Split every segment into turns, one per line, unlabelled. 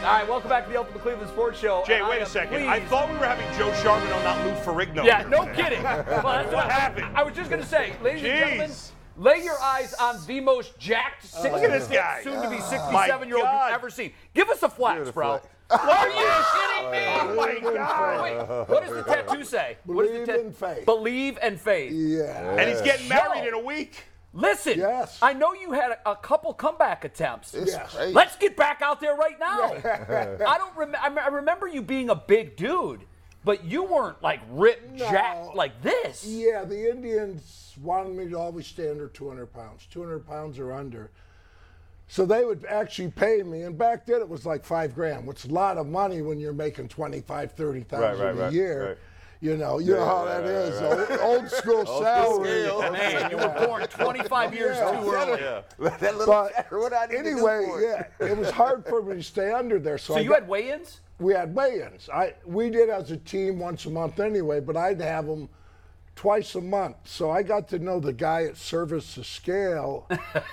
All right, welcome back to the Ultimate Cleveland Sports Show.
Jay,
and I
wait a
am
second.
pleased-
I thought we were having Joe Charbonneau, not Lou Ferrigno.
Yeah,
here
no
today.
kidding. Well, that's what, I-
happened?
I was just going to say, ladies and gentlemen,
Jeez.
lay your eyes on the most jacked,
Look at this guy. Oh
soon to be
My
67 year old
God.
you've ever seen. Give us a flex, bro. Are you kidding me?
Oh my God.
Wait, what does the tattoo say? What does the
Believe
tat-
in faith.
Believe and faith.
Yeah.
And he's getting married in a week.
Listen,
Yes.
I know you had a, a couple comeback attempts.
Yes. crazy.
Let's get back out there right now. I don't rem- I, me- I remember you being a big dude, but you weren't like ripped,
No.
jacked like this.
Yeah, the Indians wanted me to always stay under 200 pounds, 200 pounds or under. So they would actually pay me, and back then it was like five grand, which is a lot of money when you're making 25, 30,000
Right, right,
a
right,
year.
right.
You know, you know how that is. O- Old school salary.
Man, you were born 25 years
Yeah.
too early.
that little
But
what I need to do
anyway,
for it.
yeah, it was hard for me to stay under there. So,
So
I
you
got-
had weigh-ins?
we had weigh-ins. I we did as a team once a month anyway, but I'd have them twice a month. So I got to know the guy at Service to Scale,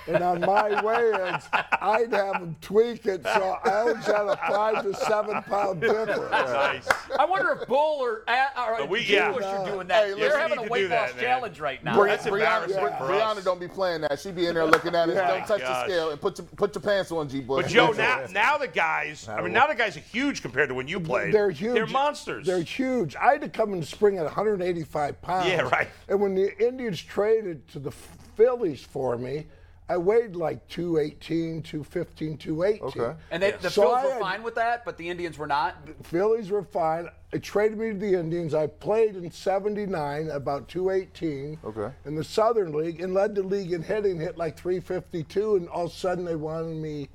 and on my weigh-ins, I'd have him tweak it. So I always had a five to seven pound difference.
Nice.
I wonder if Bull or, uh, or
we-
Jewish
yeah.
are doing that.
Hey,
They're
listen,
having
we
a
need to
weight
do that,
loss
man.
challenge right now.
Bre-
That's
Brianna-
embarrassing
Brianna,
for us. Oh
don't be playing that. She be in there looking at us. Don't touch
gosh.
the scale and put your, put your pants on, G. Bush.
But Joe, now now the guys, I mean, now the guys are huge compared to when you played.
They're huge.
They're monsters.
They're huge. I had to come in the spring at 185 pounds.
Yeah, right.
And when the Indians traded to the Phillies for me, I weighed like 218, 215, 218.
Okay.
And they, the
So
Phils
I
were
had-
fine with that, but the Indians were not.
Phillies were fine. They traded me to the Indians. I played in 79, about 218
Okay.
in the Southern League and led the league in hitting, hit like 352, and all of a sudden they wanted me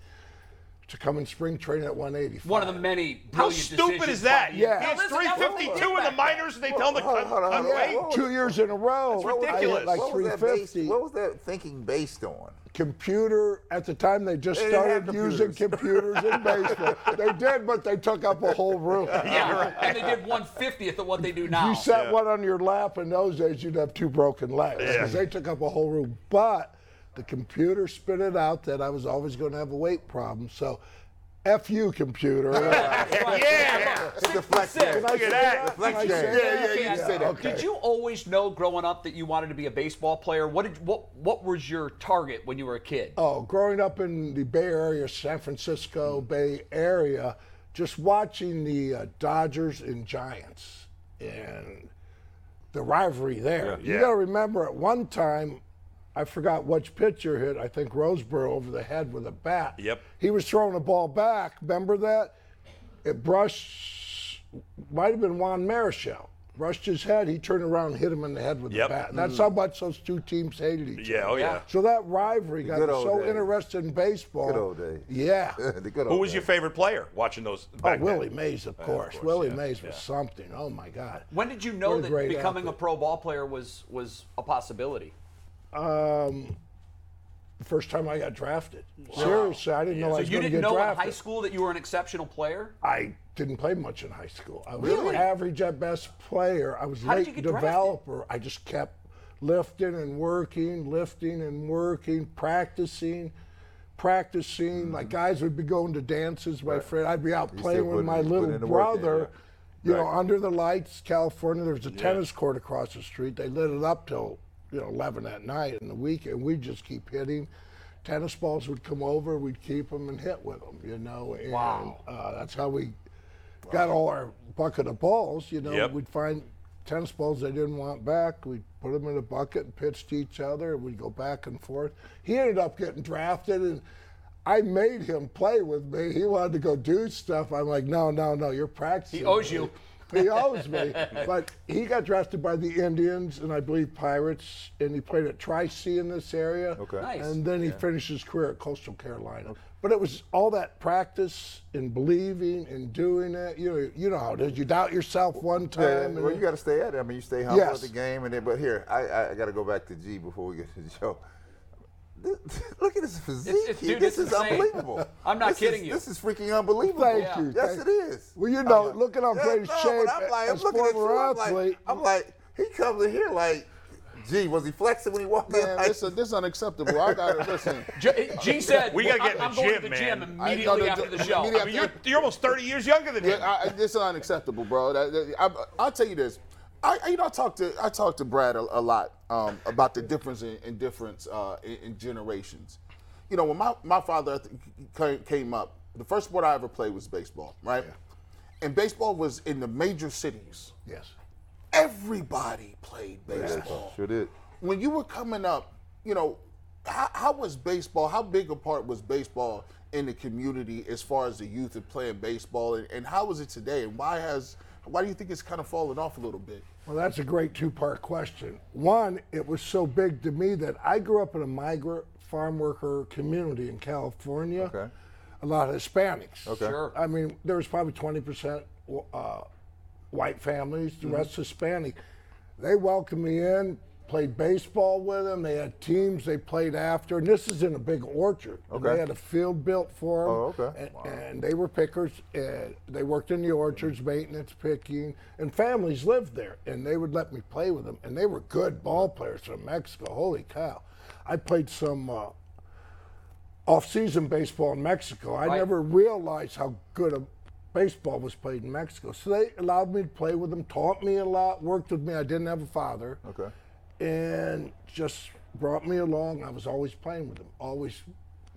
to come in spring training at 185.
One of the many
How
brilliant
stupid
decisions
is that?
by the Indians.
Yeah.
He
Now,
hits
listen, that's what we
352
did
in the
back
minors, and they tell him to
Hold on,
cut,
hold on,
cut
hold on.
weight.
Whoa.
Two years in a row,
That's
I hit
ridiculous.
like
What was, that based,
350.
what was that thinking based on?
Computer at the time they just
They didn't have
started using computers in baseball. they did, but they took up a whole room.
Yeah, and they did 150th of what they do now.
You sat one on your lap in those days, you'd have two broken legs because they took up a whole room. But the computer spit it out that I was always going to have a weight problem. So, F you, computer.
Right.
Yeah.
Hit the flex there.
Can I
Look at
say
that.
Can I
Flex
say
game.
that?
Yeah, yeah, you
Yeah.
said that.
Okay.
Did you always know growing up that you wanted to be a baseball player? What did what what was your target when you were a kid?
Oh, growing up in the Bay Area, San Francisco Bay Area, just watching the uh, Dodgers and Giants and the rivalry there. You
Yeah.
got to remember at one time, I forgot which pitcher hit, I think Roseboro over the head with a bat.
Yep.
He was throwing a ball back. Remember that? It brushed, might have been Juan Marichal. Brushed his head, he turned around and hit him in the head with
Yep. Mm.
the bat. That's how much those two teams hated each other.
Yeah, oh yeah.
So that rivalry got
good
me
old
so
days.
interested in baseball.
Good old days.
Yeah.
The good
Who
old
was your
days.
favorite player watching those
Oh,
back then?
Willie Mays, of course. Willie Mays was something. Oh my God.
When did you know
What a
that
great
becoming a
athlete.
pro ball player was was a possibility?
The first time I got drafted. Seriously, I didn't know I
So
was
you
going to get
didn't know
drafted.
in high school that you were an exceptional player?
I didn't play much in high school. I was an average at best player. I was
How did
late
you get drafted?
developer. I just kept lifting and working, lifting and working, practicing, practicing. Like guys would be going to dances, my friend. I'd be out
Mm-hmm. You
playing
still
with
put-
my
you put
little
in the work, yeah,
brother.
yeah.
You know,
Right.
under the lights, California. There was a tennis court across the street. They lit it up till you know 11 at night in the weekend. We just keep hitting. Tennis balls would come over. We'd keep them and hit with them. You know, and
Wow.
uh, that's how we got all our bucket of balls. You know,
Yep.
we'd find tennis balls they didn't want back. We'd put them in a bucket and pitch to each other. and We'd go back and forth. He ended up getting drafted, and I made him play with me. He wanted to go do stuff. I'm like, no, no, no, you're practicing.
He owes you.
He owes me. But he got drafted by the Indians and I believe Pirates, and he played at Tri C in this area.
Okay.
Nice.
And then he finished his career at Coastal Carolina. But it was all that practice and believing and doing it. You know, you know how it is. You doubt yourself one time.
Yeah,
and
well, you got to stay at it. I mean, you stay humble
Yes.
at the game, and then. But here, I, I, I got to go back to G before we get to Joe. Th- Look at his physique.
it's-
here.
dude,
this
it's
is
insane.
unbelievable.
I'm not
This is-
kidding you.
This is freaking unbelievable.
Thank you,
Yes,
thank-
it is.
Well, you know,
I'm-
look at how
Yeah,
great
no,
shape
but I'm
as
like, I'm looking at you,
former
I'm like,
athlete.
I'm like, he comes in here like Gee, was he flexing when he walked in?
Man,
Like,
this is this unacceptable. I gotta listen.
G, G said,
We gotta
"I'm-
get in the
I'm going
gym,
to the
man.
gym
I-
immediately
no, no,
after
no,
the show.
immediately
I mean, you're, you're almost 30 years younger than him.
I, I, this is unacceptable, bro. That- that- I, will tell you this. I, I- you know, I talked to I talked to Brad a, a lot um, about the difference in, in difference uh, in, in generations. You know, when my my father I think, ca- came up, the first sport I ever played was baseball, right? And baseball was in the major cities.
Yes.
Everybody played baseball
Sure did.
when you were coming up, you know, how, how was baseball? How big a part was baseball in the community as far as the youth and playing baseball, and, and how is it today? And why has why do you think it's kind of fallen off a little bit?
Well, that's a great two part question. One, it was so big to me that I grew up in a migrant farm worker community in California.
Okay.
A lot of Hispanics.
Okay. Sure.
I mean, there was probably 20% uh, white families,
Mm-hmm.
the rest Hispanic. They welcomed me in, played baseball with them. They had teams they played after. And this is in a big orchard. And
Okay.
They had a field built for them.
Oh, okay.
And, and they were pickers. And they worked in the orchards,
Mm-hmm.
maintenance, picking, and families lived there. And they would let me play with them. And they were good ball players from Mexico. Holy cow. I played some. Uh, off-season baseball in Mexico. I never realized how good a baseball was played in Mexico. So they allowed me to play with them, taught me a lot, worked with me. I didn't have a father,
Okay.
and just brought me along. I was always playing with them, always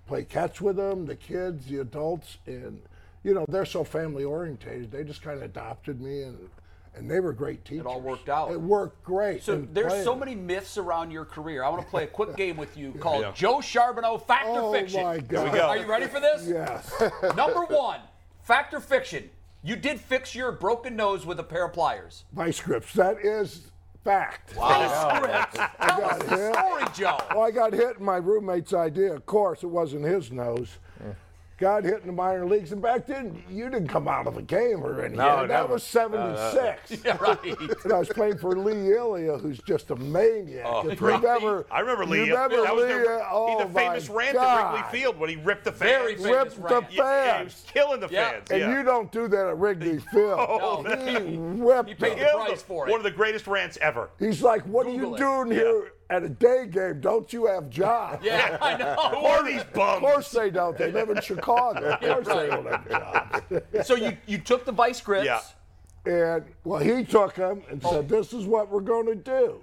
play catch with them, the kids, the adults, and you know they're so family orientated. They just kind of adopted me, and and they were great teachers.
all worked out.
It worked great.
So
in
there's so
playing.
many myths around your career. I want to play a quick game with you called Joe Charbonneau Fact
Oh,
or Fiction.
my God. Here we
go.
Are you ready for this?
Yes.
Number one, fact or fiction? You did fix your broken nose with a pair of pliers.
Vice grips. That is fact.
Tell us
got
the
it.
story, Joe.
Well, I got hit in my roommate's idea. Of course, it wasn't his nose. Got hit in the minor leagues, and back then you didn't come out of a game or anything.
No,
that
never. Uh,
was '76,
Yeah, right.
and I was playing for Lee Ilya, who's just a maniac. if you've ever,
Oh, I remember
you
Lee.
Remember
that was their-
Lee- oh
he the famous
my
rant
God.
at Wrigley Field when he ripped the
Very
fans.
famous.
Ripped the
rant.
fans.
Yeah, yeah, he was killing the
Yeah.
fans.
And
yeah.
you don't do that at Wrigley Field. he whipped
He paid
them.
the price for it.
One of the greatest rants ever.
He's like, "What
Google
are
it.
you doing here at a day game? Don't you have jobs?"
Yeah, I know.
Who are these
Of
bums?
course they don't. They live in Chicago. Of course they don't have jobs.
So you, you took the vice grips.
Yeah.
And well, he took them and said, "This is what we're going to do."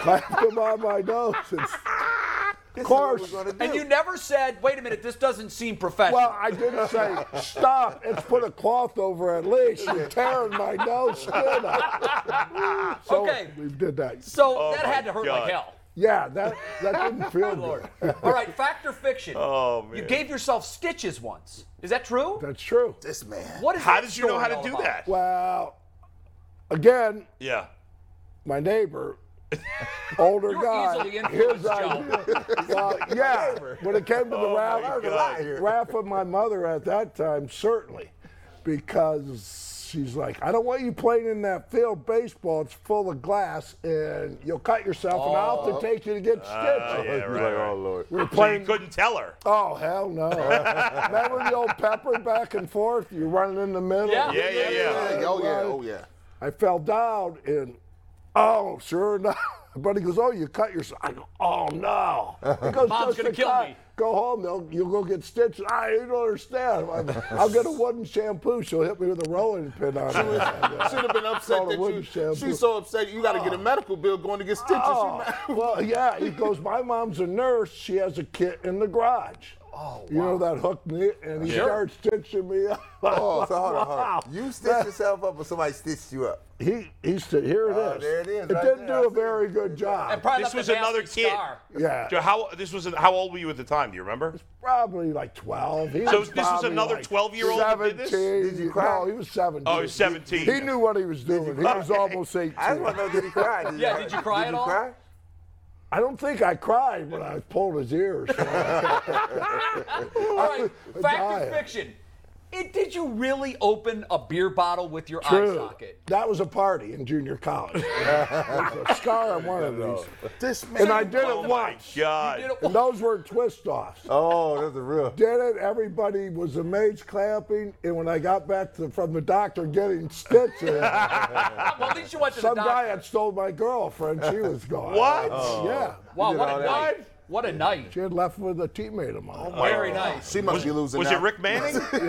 Clapped them on my nose. And, of course.
And you never said, wait a minute, this doesn't seem professional.
Well, I didn't say stop. It's put a cloth over at least. You're tearing my nose skin up. So
Okay.
We did that.
so that
Oh my
had to hurt
God.
like hell.
Yeah, that that didn't feel
Lord.
good.
All right, fact or fiction? Oh, man. You gave yourself stitches once. Is that true?
That's true.
This man.
What is
How
that
did you know
story
how to
all
do
about?
that?
Well, again,
Yeah.
my neighbor, older
You're
guy,
easily influenced,
his idea. Well, yeah, when it came to the
Oh, my
rap,
God.
rap of my mother at that time, certainly, because she's like, I don't want you playing in that field baseball. It's full of glass, and you'll cut yourself, and I'll have to take you to get stitches.
Oh. Ah, yeah,
He's
right,
like,
right.
oh lord.
We're
So you
playing.
couldn't tell her.
oh hell no! Remember the old pepper back and forth? You're running in the middle.
Yeah.
Yeah, yeah, yeah.
Hey, oh yeah, oh yeah.
I fell down and oh, sure enough. But he goes, oh, you cut yourself. I go, oh no. He goes,
Mom's
"Just
gonna
a
kill
cut.
me."
Go home, they'll, you'll go get stitches. I don't understand. I'm- I'll get a wooden shampoo. She'll hit me with a rolling pin on it.
Should have been upset
Call
that
the wooden
you.
shampoo.
She's so upset. You got to get a medical bill going to get stitches.
Oh, well, yeah. He goes, my mom's a nurse. She has a kit in the garage. Oh, You know that hooked me, and he starts stitching me up.
Oh, so hold on, hold on.
Wow.
You stitched yourself up, or somebody stitched you up?
He, he said, here it is.
Oh, there it is,
It
right
didn't
there. I
do a
see
very
it.
good
And
job.
probably
This
left a
was another
nasty
kid.
star.
Yeah.
So how this was? How old were you at the time? Do you remember?
probably like 12. He
So
was
this was
probably
another
like
12-year-old that did this?
17.
Did you cry?
No, he was 17.
Oh, he was 17.
He knew what he was doing. He was almost 18.
I just want to know, did he cry? Did he-
Yeah, did you cry at all?
Cry?
I don't think I cried when I pulled his ears.
All right, fact or
Diet.
fiction? It, did you really open a beer bottle with your eye
True.
socket?
That was a party in junior college. There's a scar on one of these.
This man.
And I did
Oh
it
my
once.
God.
You did it
And those were twist offs.
Oh, that's a real.
Did it, everybody was amazed clapping. And when I got back to, from the doctor getting stitches,
Well, at least you went to the
some guy
doctor.
had stole my girlfriend. She was gone.
What?
Yeah.
Oh. Wow,
did
what
all
a
that.
night. What a night.
She had left with a teammate of mine.
Very nice.
She must be losing.
Was
now.
it Rick Manning? was it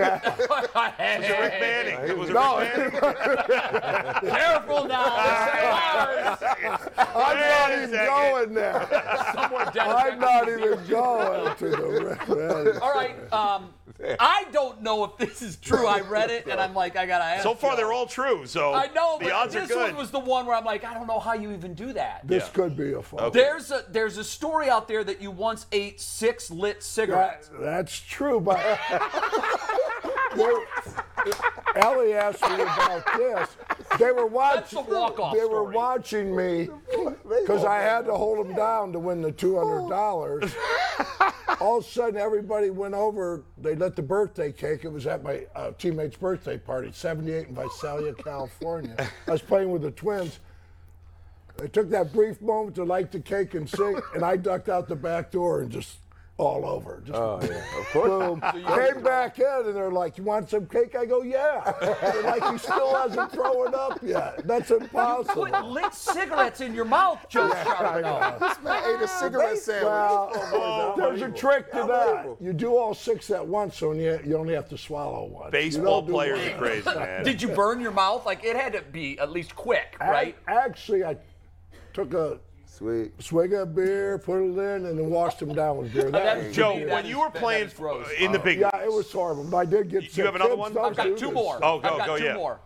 Rick Manning? Was it
No.
Rick Manning?
Careful now. It's ours.
I'm not
Wait a
even
second.
going there.
Someone
I'm
dedicated
not
to you.
even going to the
All right. Um, I don't know if this is true. I read it and I'm like, I gotta ask.
So far,
you.
they're all true. So
I know,
the
but
odds are
this
good.
one was the one where I'm like, I don't know how you even do that.
This could be a phone.
There's a there's a story out there that you once ate six lit
That,
cigarettes.
that's true, but Well, Ellie asked me about this. They were
That's
watching.
the walk-off
They were
story.
watching me because I had to hold them down to win the two hundred dollars. All of a sudden, everybody went over. They lit the birthday cake. It was at my uh, teammate's birthday party, seventy-eight in Visalia, California. I was playing with the Twins. They took that brief moment to light the cake and sing, and I ducked out the back door and just all over. Just
Oh, yeah. Of course.
Boom. Came back in and they're like, You want some cake? I go, Yeah. They're like, He still hasn't thrown up yet. That's
Put
impossible.
lit cigarettes in your mouth, Joe Charbonneau.
This man ate a cigarette sandwich.
Well, there's a trick to that. You do all six at once, so you, you only have to swallow one.
Baseball players are crazy, man.
Did you burn your mouth? Like it had to be at least quick,
I-
right?
actually, I took a
Sweet.
swig of beer, put it in, and then washed them down with beer. That-
That's-
Joe,
to me, that
when
is-
you were
that
playing
is gross. Uh,
in the big
yeah, it was horrible. But I did get sick.
have another
Kids,
one?
don't
I've
I've
do
got two
this.
more.
Oh, go,
I've got
go,
two
yeah.
more.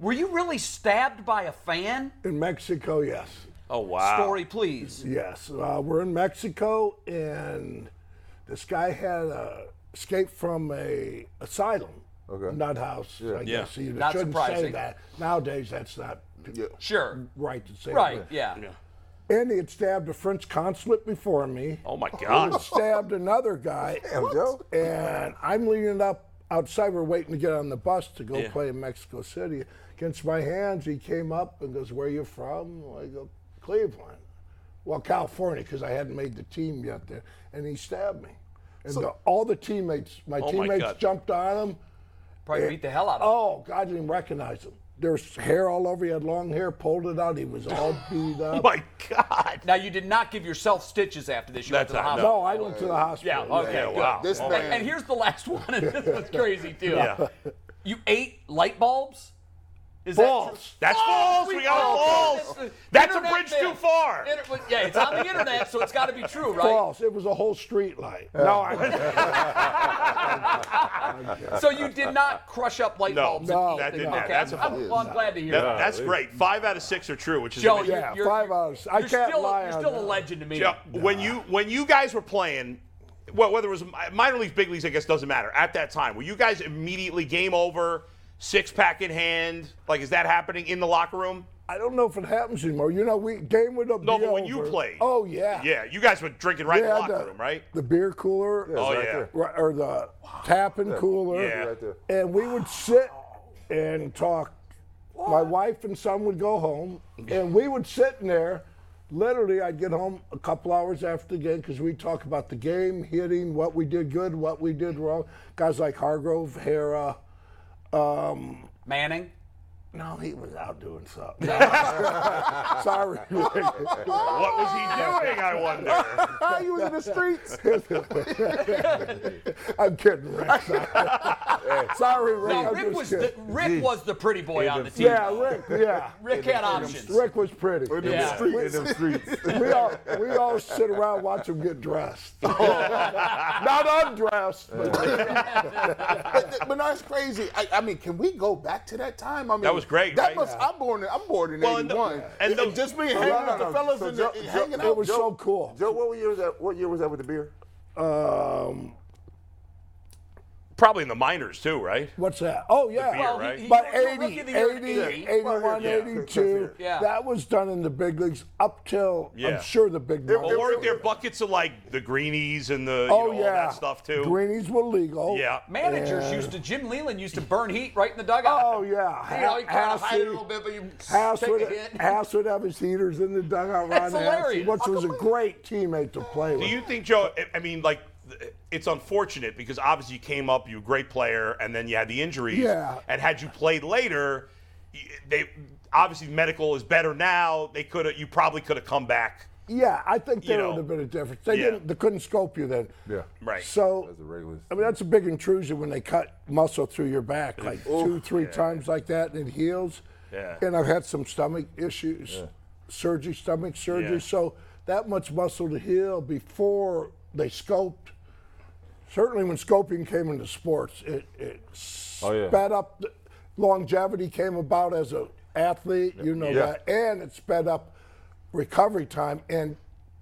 Were you really stabbed by a fan?
In Mexico, yes.
oh wow
Story, please.
Yes, uh, we're in Mexico, and this guy had uh, escaped from a asylum,
Okay.
nut house. I guess you
Not
shouldn't say
surprising.
that nowadays. That's not
Sure.
right to say.
Right.
that.
Yeah.
And he had stabbed a French consulate before me.
Oh my
He had
God.
stabbed another guy.
Damn, Joe.
And I'm leaning up outside. We're waiting to get on the bus to go play in Mexico City. Against my hands, he came up and goes, "Where you from?" I go, "Cleveland." Well, California, because I hadn't made the team yet there. And he stabbed me. And the- all the teammates, my
my
teammates
God.
jumped on him.
Probably beat the hell out of
Oh, God, I didn't recognize him. There's hair all over. He had long hair, pulled it out. He was all beat
Oh
up.
my God.
it. Now you did not give yourself stitches after this. You went
That's
to the
not-
hospital.
no, I went to the hospital.
Yeah. Okay.
Yeah,
good.
wow.
This
Oh,
And-
man.
And here's the last one, and this was crazy too.
Yeah.
You ate light bulbs? Is
False.
That
That's false. We got
all
false.
got this-
That's a
internet
bridge
myth.
too far.
Inter- well, yeah, it's on the internet, so it's got to be true, right?
False. It was a whole street light. No, I,
So you did not crush up light
No,
bulbs. and eat
no, that
them.
did
okay.
not. That's a
I'm,
false.
well, I'm glad to hear
That-
that.
that's great. Five out of six are true, which is
Joe,
amazing.
you're,
Yeah,
you're,
five hours. I
you're
can't
still,
lie
You're
on
still a
that.
legend to me.
Joe, when you when you guys were playing, well, whether it was mi- minor leagues, big leagues, I guess doesn't matter. At that time, were you guys immediately game over, six pack in hand? Like, is that happening in the locker room?
I don't know if it happens anymore. You know, we game with a
No, but when you played.
Oh yeah.
Yeah, you guys were drinking right
They
in the
had
locker room, right?
The beer cooler.
It's
Oh,
right
yeah.
there.
Or, or the tapping cooler.
Yeah.
Right there.
And we would sit and talk. My wife and son would go home, and we would sit in there. Literally, I'd get home a couple hours after the game because we talk about the game, hitting, what we did good, what we did wrong. Guys like Hargrove, Hera.
Manning.
No, he was out doing something. Sorry.
What was he doing? I wonder.
you was in the streets.
I'm kidding, Rick. Sorry, Sorry Rick.
No,
I'm
Rick
just
was
kidding.
the, Rick was the pretty boy on the team.
Yeah, Rick. Yeah,
Rick had options.
Rick was pretty.
Yeah.
In them streets.
We all we all sit around watch him get dressed. Not undressed. But
but, but no, it's crazy. I, I mean, can we go back to that time? I mean,
That was great,
That
right?
must. I'm born. in- I'm born in
Well, and the-
'81.
and
and
the-
just being hanging with the fellas
So
and,
Joe-
and
Joe-
hanging out.
it was so cool.
Joe, what year was that? What year was that with the beer?
Um,
probably in the minors too, right?
What's that? Oh yeah,
beer, Well, he- right? he
but
was a
80,
rookie of the
80,
year in 80.
81,
Yeah.
82.
Yeah.
That was done in the big leagues up till
Yeah.
I'm sure the big
It-
leagues.
Or weren't there buckets of like the greenies and the you
oh
know,
yeah,
all that stuff too?
Greenies were legal.
Yeah.
Managers used to, Jim Leland used to burn heat right in the dugout.
Oh yeah.
You know, you kind of hide it a
Hassey-
little bit, but you
House
take
would,
a hit.
House would have his heaters in the dugout.
That's
Ron House,
hilarious.
which was a great teammate to play with.
Do you think, Joe? I- I mean, like, th- it's unfortunate because obviously you came up, you were a great player, and then you had the injuries.
Yeah.
And had you played later, y- they obviously medical is better now. They could have, you probably could have come back.
yeah, I think there
You know.
would have been a difference. They
Yeah.
didn't. They couldn't scope you then.
Yeah.
Right.
So
That's a regular.
I mean, that's a big intrusion when they cut muscle through your back like two, three times like that, and it heals.
Yeah.
And I've had some stomach issues, surgery, stomach surgery.
Yeah.
So that much muscle to heal before they scoped. Certainly, when scoping came into sports, it, it
Oh, yeah.
sped up. The, longevity came about as a athlete, you know
Yeah.
that, and it sped up recovery time, and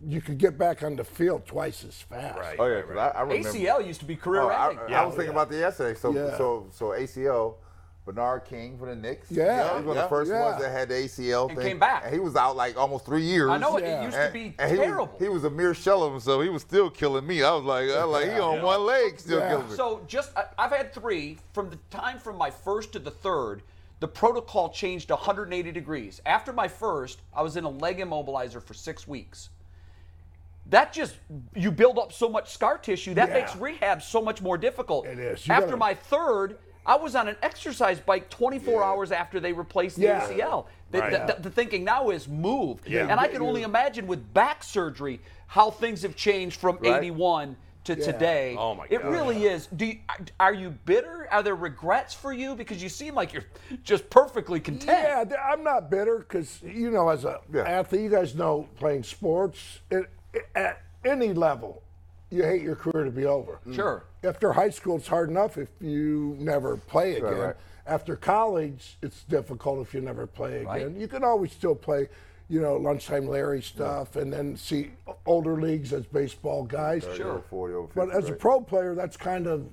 you could get back on the field twice as fast.
Right.
oh yeah, 'cause I, I remember.
ACL used to be career
Oh, I,
ending.
I was thinking about the yesterday. So
Yeah.
so so ACL. Bernard King for the Knicks.
Yeah,
he was one of
yeah,
the first
yeah.
ones that had the ACL
And
thing.
came back.
And he was out like almost three years.
I know it,
Yeah.
it used to be
he was-
terrible.
He was, a mere shell of himself. He was still killing me. I was like, I was like he on one leg still
Yeah.
killing me.
So just I, I've had three from the time from my first to the third. The protocol changed 180 degrees. After my first, I was in a leg immobilizer for six weeks. That just you build up so much scar tissue that
Yeah.
makes rehab so much more difficult.
It is. You
After
gotta-
my third, I was on an exercise bike 24 hours after they replaced the
Yeah.
ACL. The,
Right.
the- the- the thinking now is move,
Yeah.
and I can only imagine with back surgery how things have changed from
Right.
81 to today.
Oh, my
It
God.
really is. Do you, are you bitter? Are there regrets for you? Because you seem like you're just perfectly content.
Yeah, th- I'm not bitter because you know, as a
Yeah.
athlete, you guys know playing sports it, it- at any level, you hate your career to be over.
Mm.
Sure.
After high school, it's hard enough if you never play again.
right.
After college, it's difficult if you never play
Right.
again. You can always still play, you know, lunchtime Larry stuff, and then see older leagues as baseball guys.
Over 40, over 50,
But as a
right?
pro player, that's kind of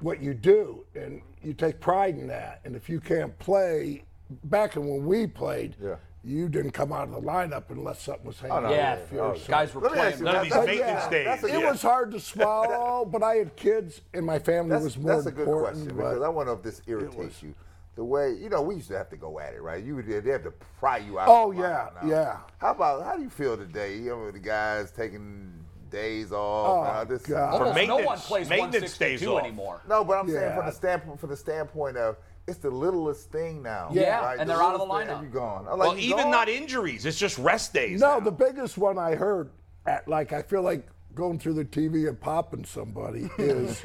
what you do, and you take pride in that. And if you can't play, back in when we played,
Yeah.
you didn't come out of the lineup unless something was hanging.
no,
off
Yeah,
yeah,
your
oh,
field. So
guys were
Let me
playing.
ask you
None of
that-
these
that's-
maintenance
yeah,
days.
that's a-
It
Yeah.
was hard to swallow, but I had kids, and my family
That's,
was more
that's a good
important.
question
but-
because I want to know if this irritates you. The way you know, we used to have to go at it, right? You would they have to pry you out.
Oh,
of the lineup
yeah,
now.
yeah.
How about how do you feel today? You know, the guys taking days off.
Oh,
now this-
God.
For
Almost
me-
no one
maintenance-
plays
maintenance stays
162
off.
anymore.
no, but I'm saying from
Yeah.
the standpoint from the standpoint of it's the littlest thing now.
Yeah,
right?
and they're out of the
littlest thing,
lineup.
and You gone? I'm like,
Well,
you
even
gone?
not injuries. It's just rest days.
No,
now.
the biggest one I heard, at, like I feel like going through the TV and popping somebody is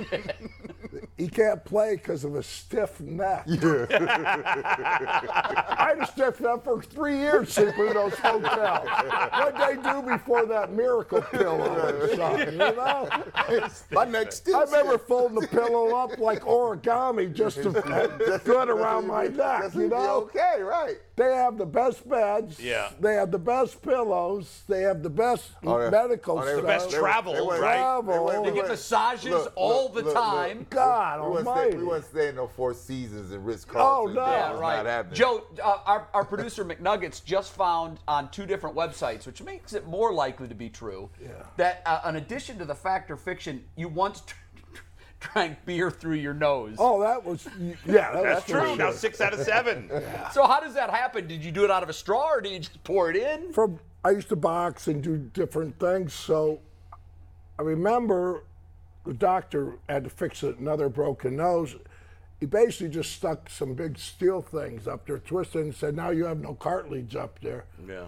he can't play because of a stiff neck. I had a stiff neck for three years sleeping in those hotels. What they do before that miracle pill or something, you know?
My neck still.
I remember folding the pillow up like origami just to good around my neck,
That's
you know?
okay, right?
They have the best beds.
Yeah.
They have the best pillows. They have the best
yeah.
medical
Oh, they
stuff.
were-
The best
they were-
travel,
they were-
right?
Travel.
were-
They
get
were-
massages all the time.
God
we wasn't stay-
almighty.
we wasn't staying no four seasons in Ritz
Oh,
Carlton.
no.
Yeah,
was Not
right.
happening.
Joe, uh, our, our producer McNuggets just found on two different websites, which makes it more likely to be true, that uh, in addition to the fact or fiction, you once drank beer through your nose.
Oh, that was yeah. That
that's
was for
true. Now
sure.
six out of seven.
So how does that happen? Did you do it out of a straw or did you just pour it in?
From I used to box and do different things, so I remember the doctor had to fix another broken nose. He basically just stuck some big steel things up there, twisted, and said, "Now you have no cartilage up there."
Yeah.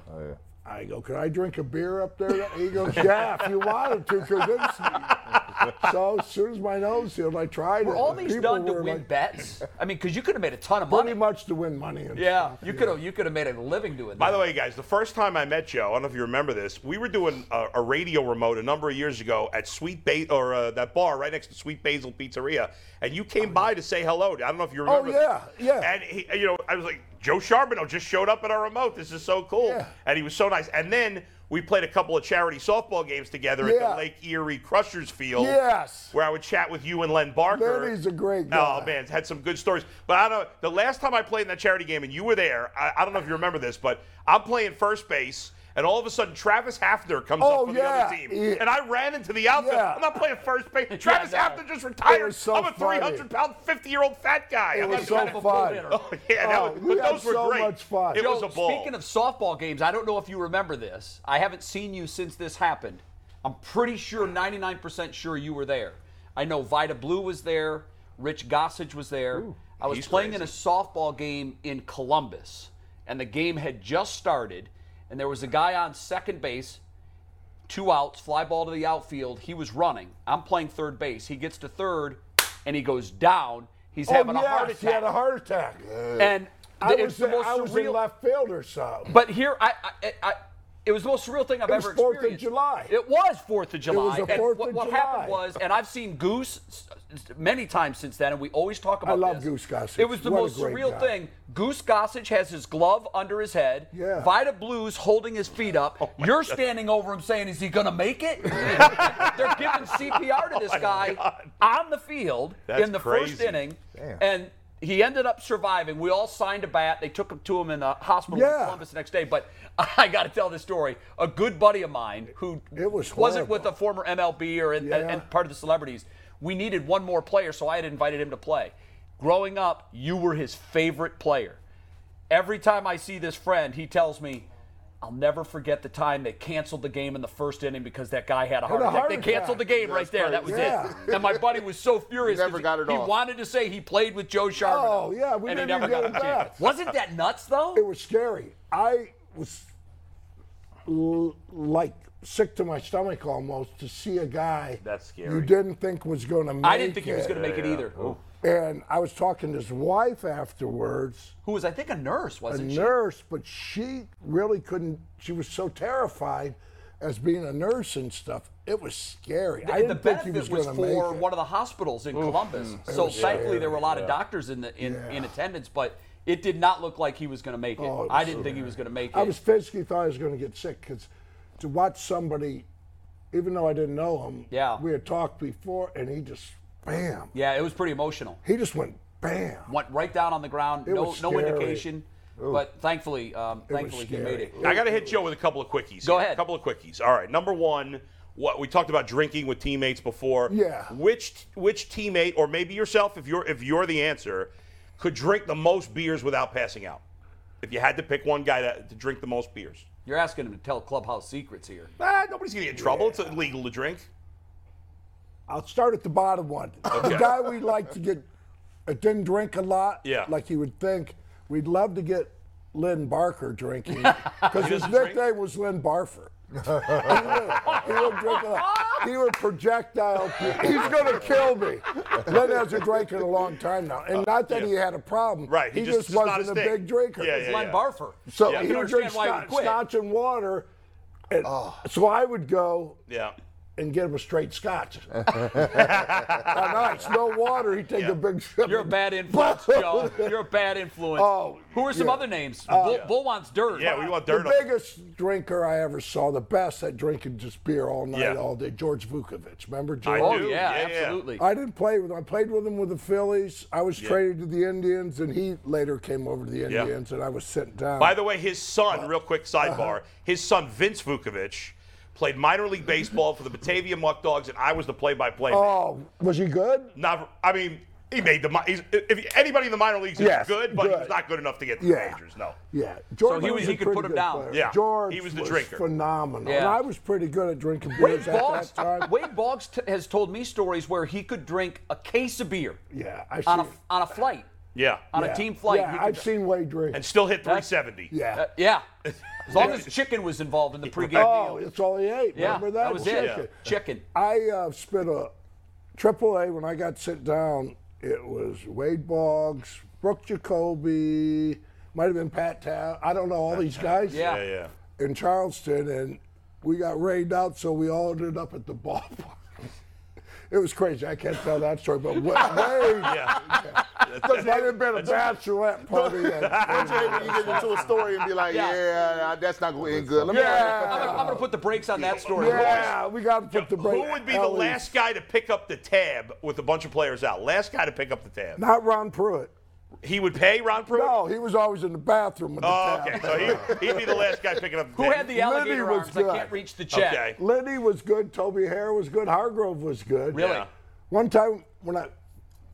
I go, can I drink a beer up there? He goes, yeah, if you wanted to, 'cause it's-" So as soon as my nose healed, I tried
Were
it.
all
and
these
people
done to
were
win
like,
bets? I mean, because you could have made a ton of
Pretty
money.
much to win money. and
Yeah, you could have you could have made a living doing that.
By the way, guys, the first time I met Joe, I don't know if you remember this. We were doing a, a radio remote a number of years ago at Sweet Basil or uh, that bar right next to Sweet Basil Pizzeria, and you came by to say hello. I don't know if you remember.
Oh, yeah,
this.
yeah.
And he, you know, I was like, Joe Charbonneau just showed up at our remote. This is so cool.
Yeah.
And he was so nice. And then we played a couple of charity softball games together at
Yeah.
the Lake Erie Crushers Field.
Yes.
Where I would chat with you and Len Barker.
Lenny's a great
Oh
guy.
man, had some good stories. But I don't. The last time I played in that charity game, and you were there. I, I don't know if you remember this, but I'm playing first base. And all of a sudden, Travis Hafner comes
Oh,
up for
yeah.
the other team,
Yeah.
and I ran into the outfield.
Yeah.
I'm not playing first base. Travis
no.
Hafner just retired.
was so
I'm a
funny.
300 pound, 50 year old fat guy. I'm
was
not
so
trying to-
fun.
Oh, yeah, that
Oh,
was,
we
but
had
those were
so
great.
much fun.
It
Joe,
was a ball.
Oh, Speaking of softball games, I don't know if you remember this. I haven't seen you since this happened. I'm pretty sure, 99% sure you were there. I know Vita Blue was there. Rich Gossage was there. I was
he's
playing in a
crazy.
softball game in Columbus, and the game had just started, and there was a guy on second base, two outs, fly ball to the outfield. He was running. I'm playing third base. He gets to third, and he goes down. He's
Oh,
having
yes,
a heart attack.
he had a heart attack.
and
I
the-
was,
it's the most
I was in
surreal.
left field or so.
But here, I, I, I, it was the most surreal thing I've
was
ever
Fourth of
experienced.
July.
It was Fourth of July.
was a
and
Fourth
what,
of
what
July.
happened was, and I've seen Goose s- s- many times since then, and we always talk about.
love
this.
Goose Gossage.
It was the
What a
most
great
surreal
guy.
thing. Goose Gossage has his glove under his head.
Yeah.
Vita Blue's holding his feet up.
Oh
You're standing over him saying, "Is he gonna make it?" They're giving CPR to this
Oh my
guy
God.
on the field
That's
in the first
crazy.
inning,
Damn.
and. He ended up surviving. We all signed a bat. They took him to him in the hospital in
Yeah.
Columbus the next day. But I got to tell this story. A good buddy of mine who
It was
wasn't with
horrible.
a former MLB or in,
Yeah.
and part of the celebrities. We needed one more player, so I had invited him to play. Growing up, you were his favorite player. Every time I see this friend, he tells me, I'll never forget the time they canceled the game in the first inning because that guy had a heart
a
attack.
heart
they canceled the
attack.
game right there. That was
crazy.
it. And my buddy was so furious.
Never
'cause
got it
he
off.
wanted to say he played with Joe Charbonneau.
Oh, yeah, we
and
didn't
he never
even
got
get
a
it
chance.
back.
Wasn't that nuts, though?
It was scary. I was l- like sick to my stomach almost to see a guy
That's scary.
you didn't think was going to make
I didn't think he was
it.
going to make it either.
And I was talking to his wife afterwards,
Who was, I think, a nurse,
a
wasn't she?
nurse, but she really couldn't. She was so terrified as being a nurse and stuff. It was scary. I
And the
didn't think he
benefit
was,
was,
going to make
for
it.
one of the hospitals in Columbus. So thankfully, there were a lot of doctors in the in, in attendance, but it did not look like he was going to make it.
Oh, it
I
was
didn't think he was going to make it.
I was physically thought I was going to get sick because to watch somebody, even though I didn't know him,
Yeah.
we had talked before, and he just bam,
yeah, it was pretty emotional.
he just went bam.
Went right down on the ground. no
was
no
scary.
indication, but thankfully, um,
was
thankfully he made
scary.
it.
I got to hit Joe with a couple of quickies.
Go
here.
ahead.
A couple of quickies. All right. Number one, what we talked about drinking with teammates before.
Yeah.
Which which teammate, or maybe yourself, if you're if you're the answer, could drink the most beers without passing out? If you had to pick one guy to, to drink the most beers,
You're asking him to tell clubhouse secrets here.
ah, nobody's gonna get in trouble. It's illegal to drink.
I'll start at the bottom one.
Okay.
The guy we like to get, it didn't drink a lot,
Yeah.
like you would think. We'd love to get Lynn Barker drinking because his
doesn't drink?
nickname was Lynn Barfer. he, would, he would drink a lot. He would projectile. pe- He's going to kill me. Lynn hasn't drank in a long time now, and not that he had a problem.
Right, he
He,
just-
just,
it's not
wasn't
his
a
thing.
big drinker.
Yeah, yeah.
Glenn Barfer.
So
Yeah. I
he
can
would drink
understand why he would
scotch,
quit.
scotch and water. And
Ah.
So I would go
Yeah.
and get him a straight scotch. on ice, no water. He'd take a big sip.
You're a bad influence, Joe. You're a bad influence.
Oh,
Who are some
yeah. Uh,
other names? Bull, Bull wants dirt.
Yeah. We want
the
dirt. on-
biggest drinker I ever saw, the best at drinking just beer all night,
Yeah.
all day. George Vukovic, remember
I
George?
Oh
do,
yeah,
yeah, yeah.
absolutely.
I didn't play with him. I played with him with the Phillies. I was traded to the Indians, and he later came over to the
Yeah.
Indians, and I was sitting down.
By the way, his son, real quick sidebar, his son Vince Vukovic played minor league baseball for the Batavia Muck Dogs, and I was the play-by-play. man.
oh, was he good?
Not, I mean, he made the. mi- He's, if anybody in the minor leagues is
Yes,
good, but he was
good.
not good enough to get to
Yeah.
the majors. No.
Yeah, George
he was-
a
he could
pretty
put him
good
down.
player.
Yeah,
George
he was the
was
drinker.
phenomenal.
Yeah.
And I was pretty good at drinking
Wade
beers at
Boggs,
that time.
Wade Boggs t- has told me stories where he could drink a case of beer
Yeah, I
on a
see.
on a flight,
Yeah.
on
Yeah.
a team flight.
Yeah,
he could
I've
dr-
seen Wade drink.
And still hit 370.
yeah.
Uh, yeah, as long as chicken was involved in the pregame
oh,
meal.
it's all he ate.
Yeah,
Remember that?
was
Chicken.
it. Chicken.
I uh, spent a triple A when I got sent down. It was Wade Boggs, Brooke Jacoby, might have been Pat Town. I don't know all these guys.
Yeah.
Yeah, yeah.
In Charleston, and we got rained out, so we all ended up at the ballpark. It was crazy. I can't tell that story, but Wa- Wade,
Yeah.
the If I'd have been a bachelorette party.
Don't you hate when you get into a story and be like,
Yeah.
yeah, that's not going to end good. Let me
I'm gonna,
Yeah,
I'm gonna put the brakes on that story.
yeah, we got to put the break.
Who would be the
Ellie.
last guy to pick up the tab with a bunch of players out? Last guy to pick up the tab.
Not Ron Pruitt.
He would pay Ron Pruitt?
No, he was always in the bathroom with the
Oh,
tab.
okay. So he, he'd be the last guy picking up the
Who
tab.
had the
Liddy
alligator
was
arms? I
good.
can't reach the check.
Okay.
Liddy was good. Toby Hare was good. Hargrove was good.
Really?
Yeah.
One time when I,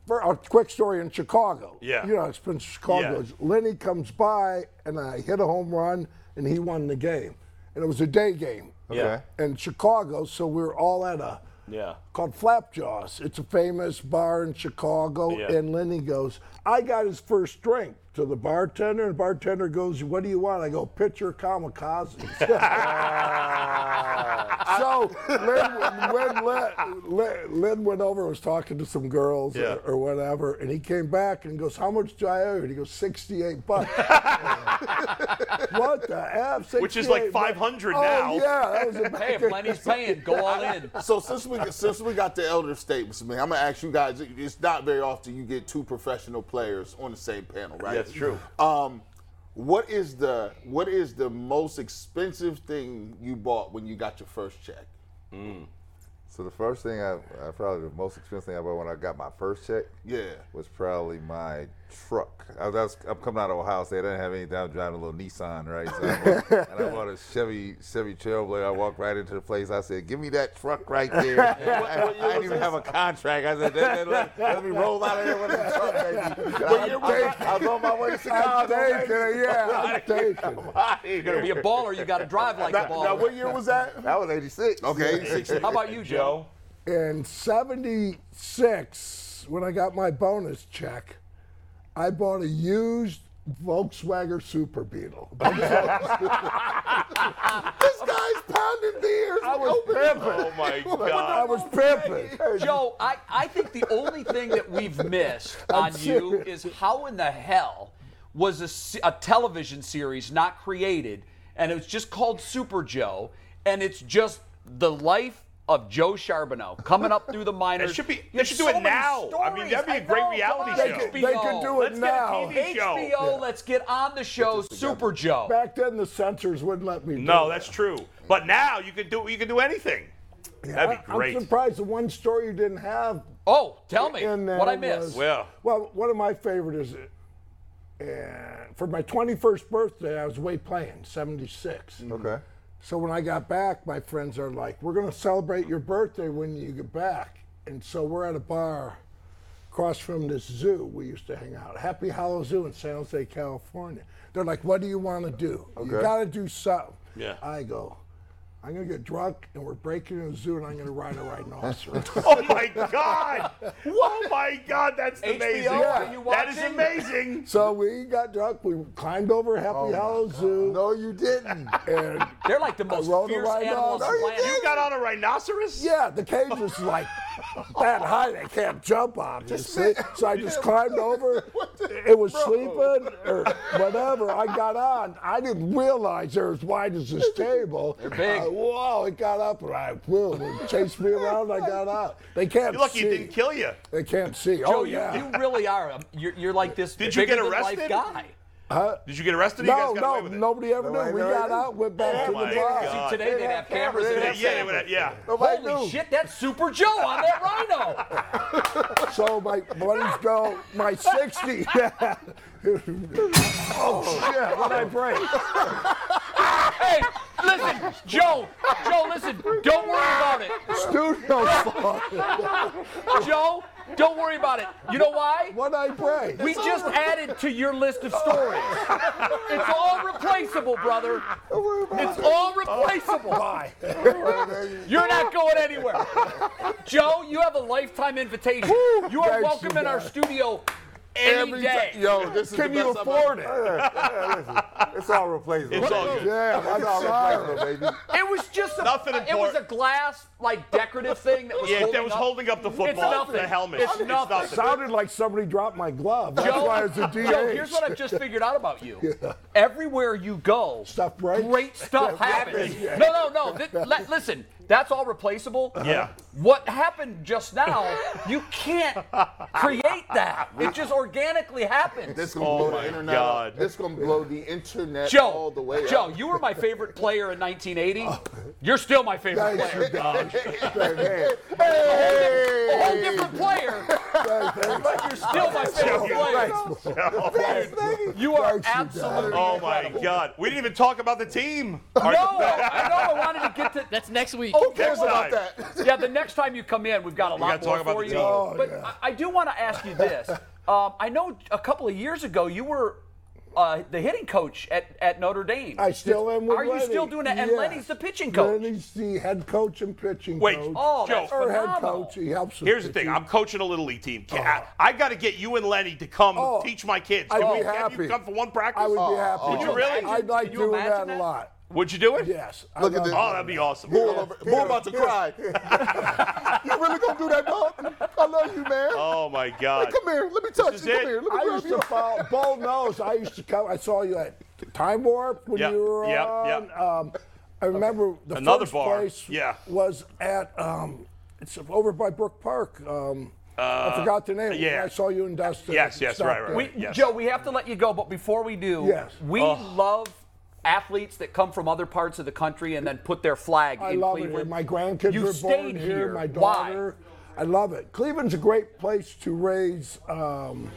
for a quick story in Chicago.
Yeah.
You know, it's been Chicago.
Yeah.
Lenny comes by and I hit a home run and he won the game. And it was a day game
Yeah.
in Chicago, so we were all at a
Yeah.
called Flapjaws. It's a famous bar in Chicago.
Yeah.
And Lenny goes, I got his first drink to the bartender, and the bartender goes, What do you want? I go, pitcher kamikaze. so Lynn, Lynn, Lynn, Lynn went over and was talking to some girls
Yeah.
or, or whatever, and he came back and goes, How much do I owe you? And he goes, 68 bucks. what the F?
Which is like
68 bucks.
500
oh,
now.
Yeah, that was a
Hey, if Lenny's paying, go all in.
So since we since we got the elder statements, man, I'm gonna ask you guys. It's not very often you get two professional players on the same panel, right?
That's true.
Uh,
Um, what is the what is the most expensive thing you bought when you got your first check?
So the first thing I, I probably the most expensive thing I bought when I got my first check
Yeah.
was probably my truck. I was, I was I'm coming out of Ohio State. I didn't have anything. I was driving a little Nissan, right? So I bought, and I bought a Chevy Chevy Trailblazer. I walked right into the place. I said, "Give me that truck right there." I, I didn't even have a contract. I said, "Let, let- let- let me roll out of here with the truck, baby." And I, I- I was on my way to
I'm
Chicago.
taking
baby.
it, yeah, I'm taking it.
You're gonna be a baller. You got to drive like a
Now,
baller.
what year was that?
That was '86.
Okay,
How about you, Joe?
In 76, when I got my bonus check, I bought a used Volkswagen Super Beetle.
Oh
this guy's pounding beers.
I was
Oh,
pimping.
my
I
God.
was pimping.
Joe, I, I think the only thing that we've missed on you is how in the hell was a, se- a television series not created and it was just called Super Joe and it's just the life of Joe Charbonneau coming up through the minors.
It should be-
You
they should
have
do it
so many
now. I mean, that'd be a
stories.
great
I know, come
reality
on,
show.
They could, they could
HBO.
do it
Let's get a
now.
TV show.
HBO, let's get on the show, Super Joe.
Back then, the censors wouldn't let me do
No,
it.
that's true. But now you can do you can do anything. That'd be
I-
great.
I'm surprised the one story you didn't have
Oh, tell me
in there
what I
was-
missed.
Well.
Well, one of my favorite is uh, for my 21st birthday, I was way playing, 76.
Okay.
So when I got back, my friends are like, "We're gonna celebrate your birthday when you get back." And so we're at a bar across from this zoo we used to hang out, Happy Hollow Zoo in San Jose, California. They're like, "What do you want to do? You
Okay.
gotta do something."
Yeah.
I go, "I'm gonna get drunk and we're breaking in the zoo and I'm gonna ride a rhinoceros."
Oh my God! Oh my God! That's
HBO,
amazing.
are you
That is
watching?
amazing.
so we got drunk. We climbed over Happy Hollow Zoo.
No, you didn't.
And
They're like the most
rode a
fierce
rhino.
animals
No,
on the
you
planet.
You got on a rhinoceros?
Yeah, the cage is like that high. They can't jump on you see? So I just climbed over. It was sleeping or whatever. I got on. I didn't realize they're as wide as this table. They're
big.
whoa! It got up and I whoa! They chased me around. I got out. They can't
You're lucky
see.
it didn't kill you.
They can't see.
Joe,
oh
you,
yeah.
you really are. a- You're, you're like this
Did you
bigger
get
than life
arrested?
guy.
Did you get arrested? or you
no,
guys got away
no,
with it?
nobody ever
Nobody
knew. We
ever
got
knew.
out, went back
Oh,
to
my
the bar.
God.
See, today they'd have cameras. in
Yeah,
that
Yeah, yeah,
set.
they would have- yeah.
Nobody
Holy
knew.
shit, that's Super Joe on that rhino.
So my buddies go, my 60. Yeah. oh, shit, what I break?
hey, listen, Joe, Joe, listen, don't worry about it.
Studio phone.
Joe, don't worry about it. You know why?
What I break?
We just added to your list of stories. It's all replaceable, brother. It's all replaceable.
Bye.
You're not going anywhere. Joe, you have a lifetime invitation. You are
thanks,
welcome
you
in our
guys.
studio any
ti-
day.
yo, this is
Can
the
you
best I've ever-
afford it?
It's all replaceable.
It's all good.
Yeah,
It's all replaceable, baby.
It was just a,
Nothing
It was a
important.
glass, like decorative thing that was
Yeah,
holding
that was
up.
holding up the football,
It's nothing.
the helmet.
It's
It's
nothing.
nothing.
Sounded like somebody dropped my glove. That's
Joe,
why it's a DH.
Joe, here's what I've just figured out about you. Everywhere you go,
Stuff breaks.
great stuff
Yeah,
happens.
yeah.
No, no, no. Th- le- listen, That's all replaceable.
Yeah.
What happened just now, you can't create that. It just organically happens.
This gonna
Oh
blow
my
the internet.
God.
Up. This gonna blow the internet
Joe,
all the way
Joe,
up.
you were my favorite player in 1980. You're still my favorite
Oh. Thanks, you
player.
guys.
A whole different player, but you're still my favorite player. You are
Thanks, you
absolutely.
Oh my
incredible.
God! We didn't even talk about the team. Our-
No, I know. I wanted to get to.
That's next week.
Oh,
cares
boy.
about
that?
Yeah, the next time you come in, we've got a lot
gotta
more
talk about
for
the
you.
team.
Oh,
but
yeah.
I, I do want to ask you this. um, I know a couple of years ago you were uh, the hitting coach at, at Notre Dame.
I still am with
Are you
Lenny.
still doing it? And
Yeah.
Lenny's the pitching coach.
Lenny's the head coach and pitching
Wait,
coach.
Oh, that's
Joe.
Or head
phenomenal.
coach. He helps us
Here's the
with
thing:
you.
I'm coaching a little league team. Can- I, got to get you and Lenny to come
Oh,
teach my kids.
I'd
Can
be
we have you
happy.
come for one practice? Oh.
I would be happy. Oh.
Would you really?
I'd like
Could Oh. you
doing
imagine
that
that?
a lot.
Would you do it?
Yes. I
Look at
love
this.
Oh, that'd be awesome.
Bull, over, Bull about to cry. you really gonna do that, dog? I love you, man.
Oh my
Hey,
God!
come here. Let me touch you.
is
Come
it.
here. Let me
I
rub
used
you.
to follow Bull knows. I used to come. I saw you at Time Warp when
Yep,
you were
yep,
on.
yep.
Um, I remember the
Another
first
bar,
place
yeah.
was at um, it's over by Brook Park. Um, I forgot the name.
Uh, yeah.
I saw you in Dustin.
Yes, yes,
Stopped
right, right,
there.
We,
right. Yes.
Joe, we have to let you go, but before we do,
Yes.
we love athletes that come from other parts of the country and then put their flag
I
in
love it
Cleveland.
here. My grandkids
you
were born
stayed
here. My
Why?
daughter. I love it. Cleveland's a great place to raise um,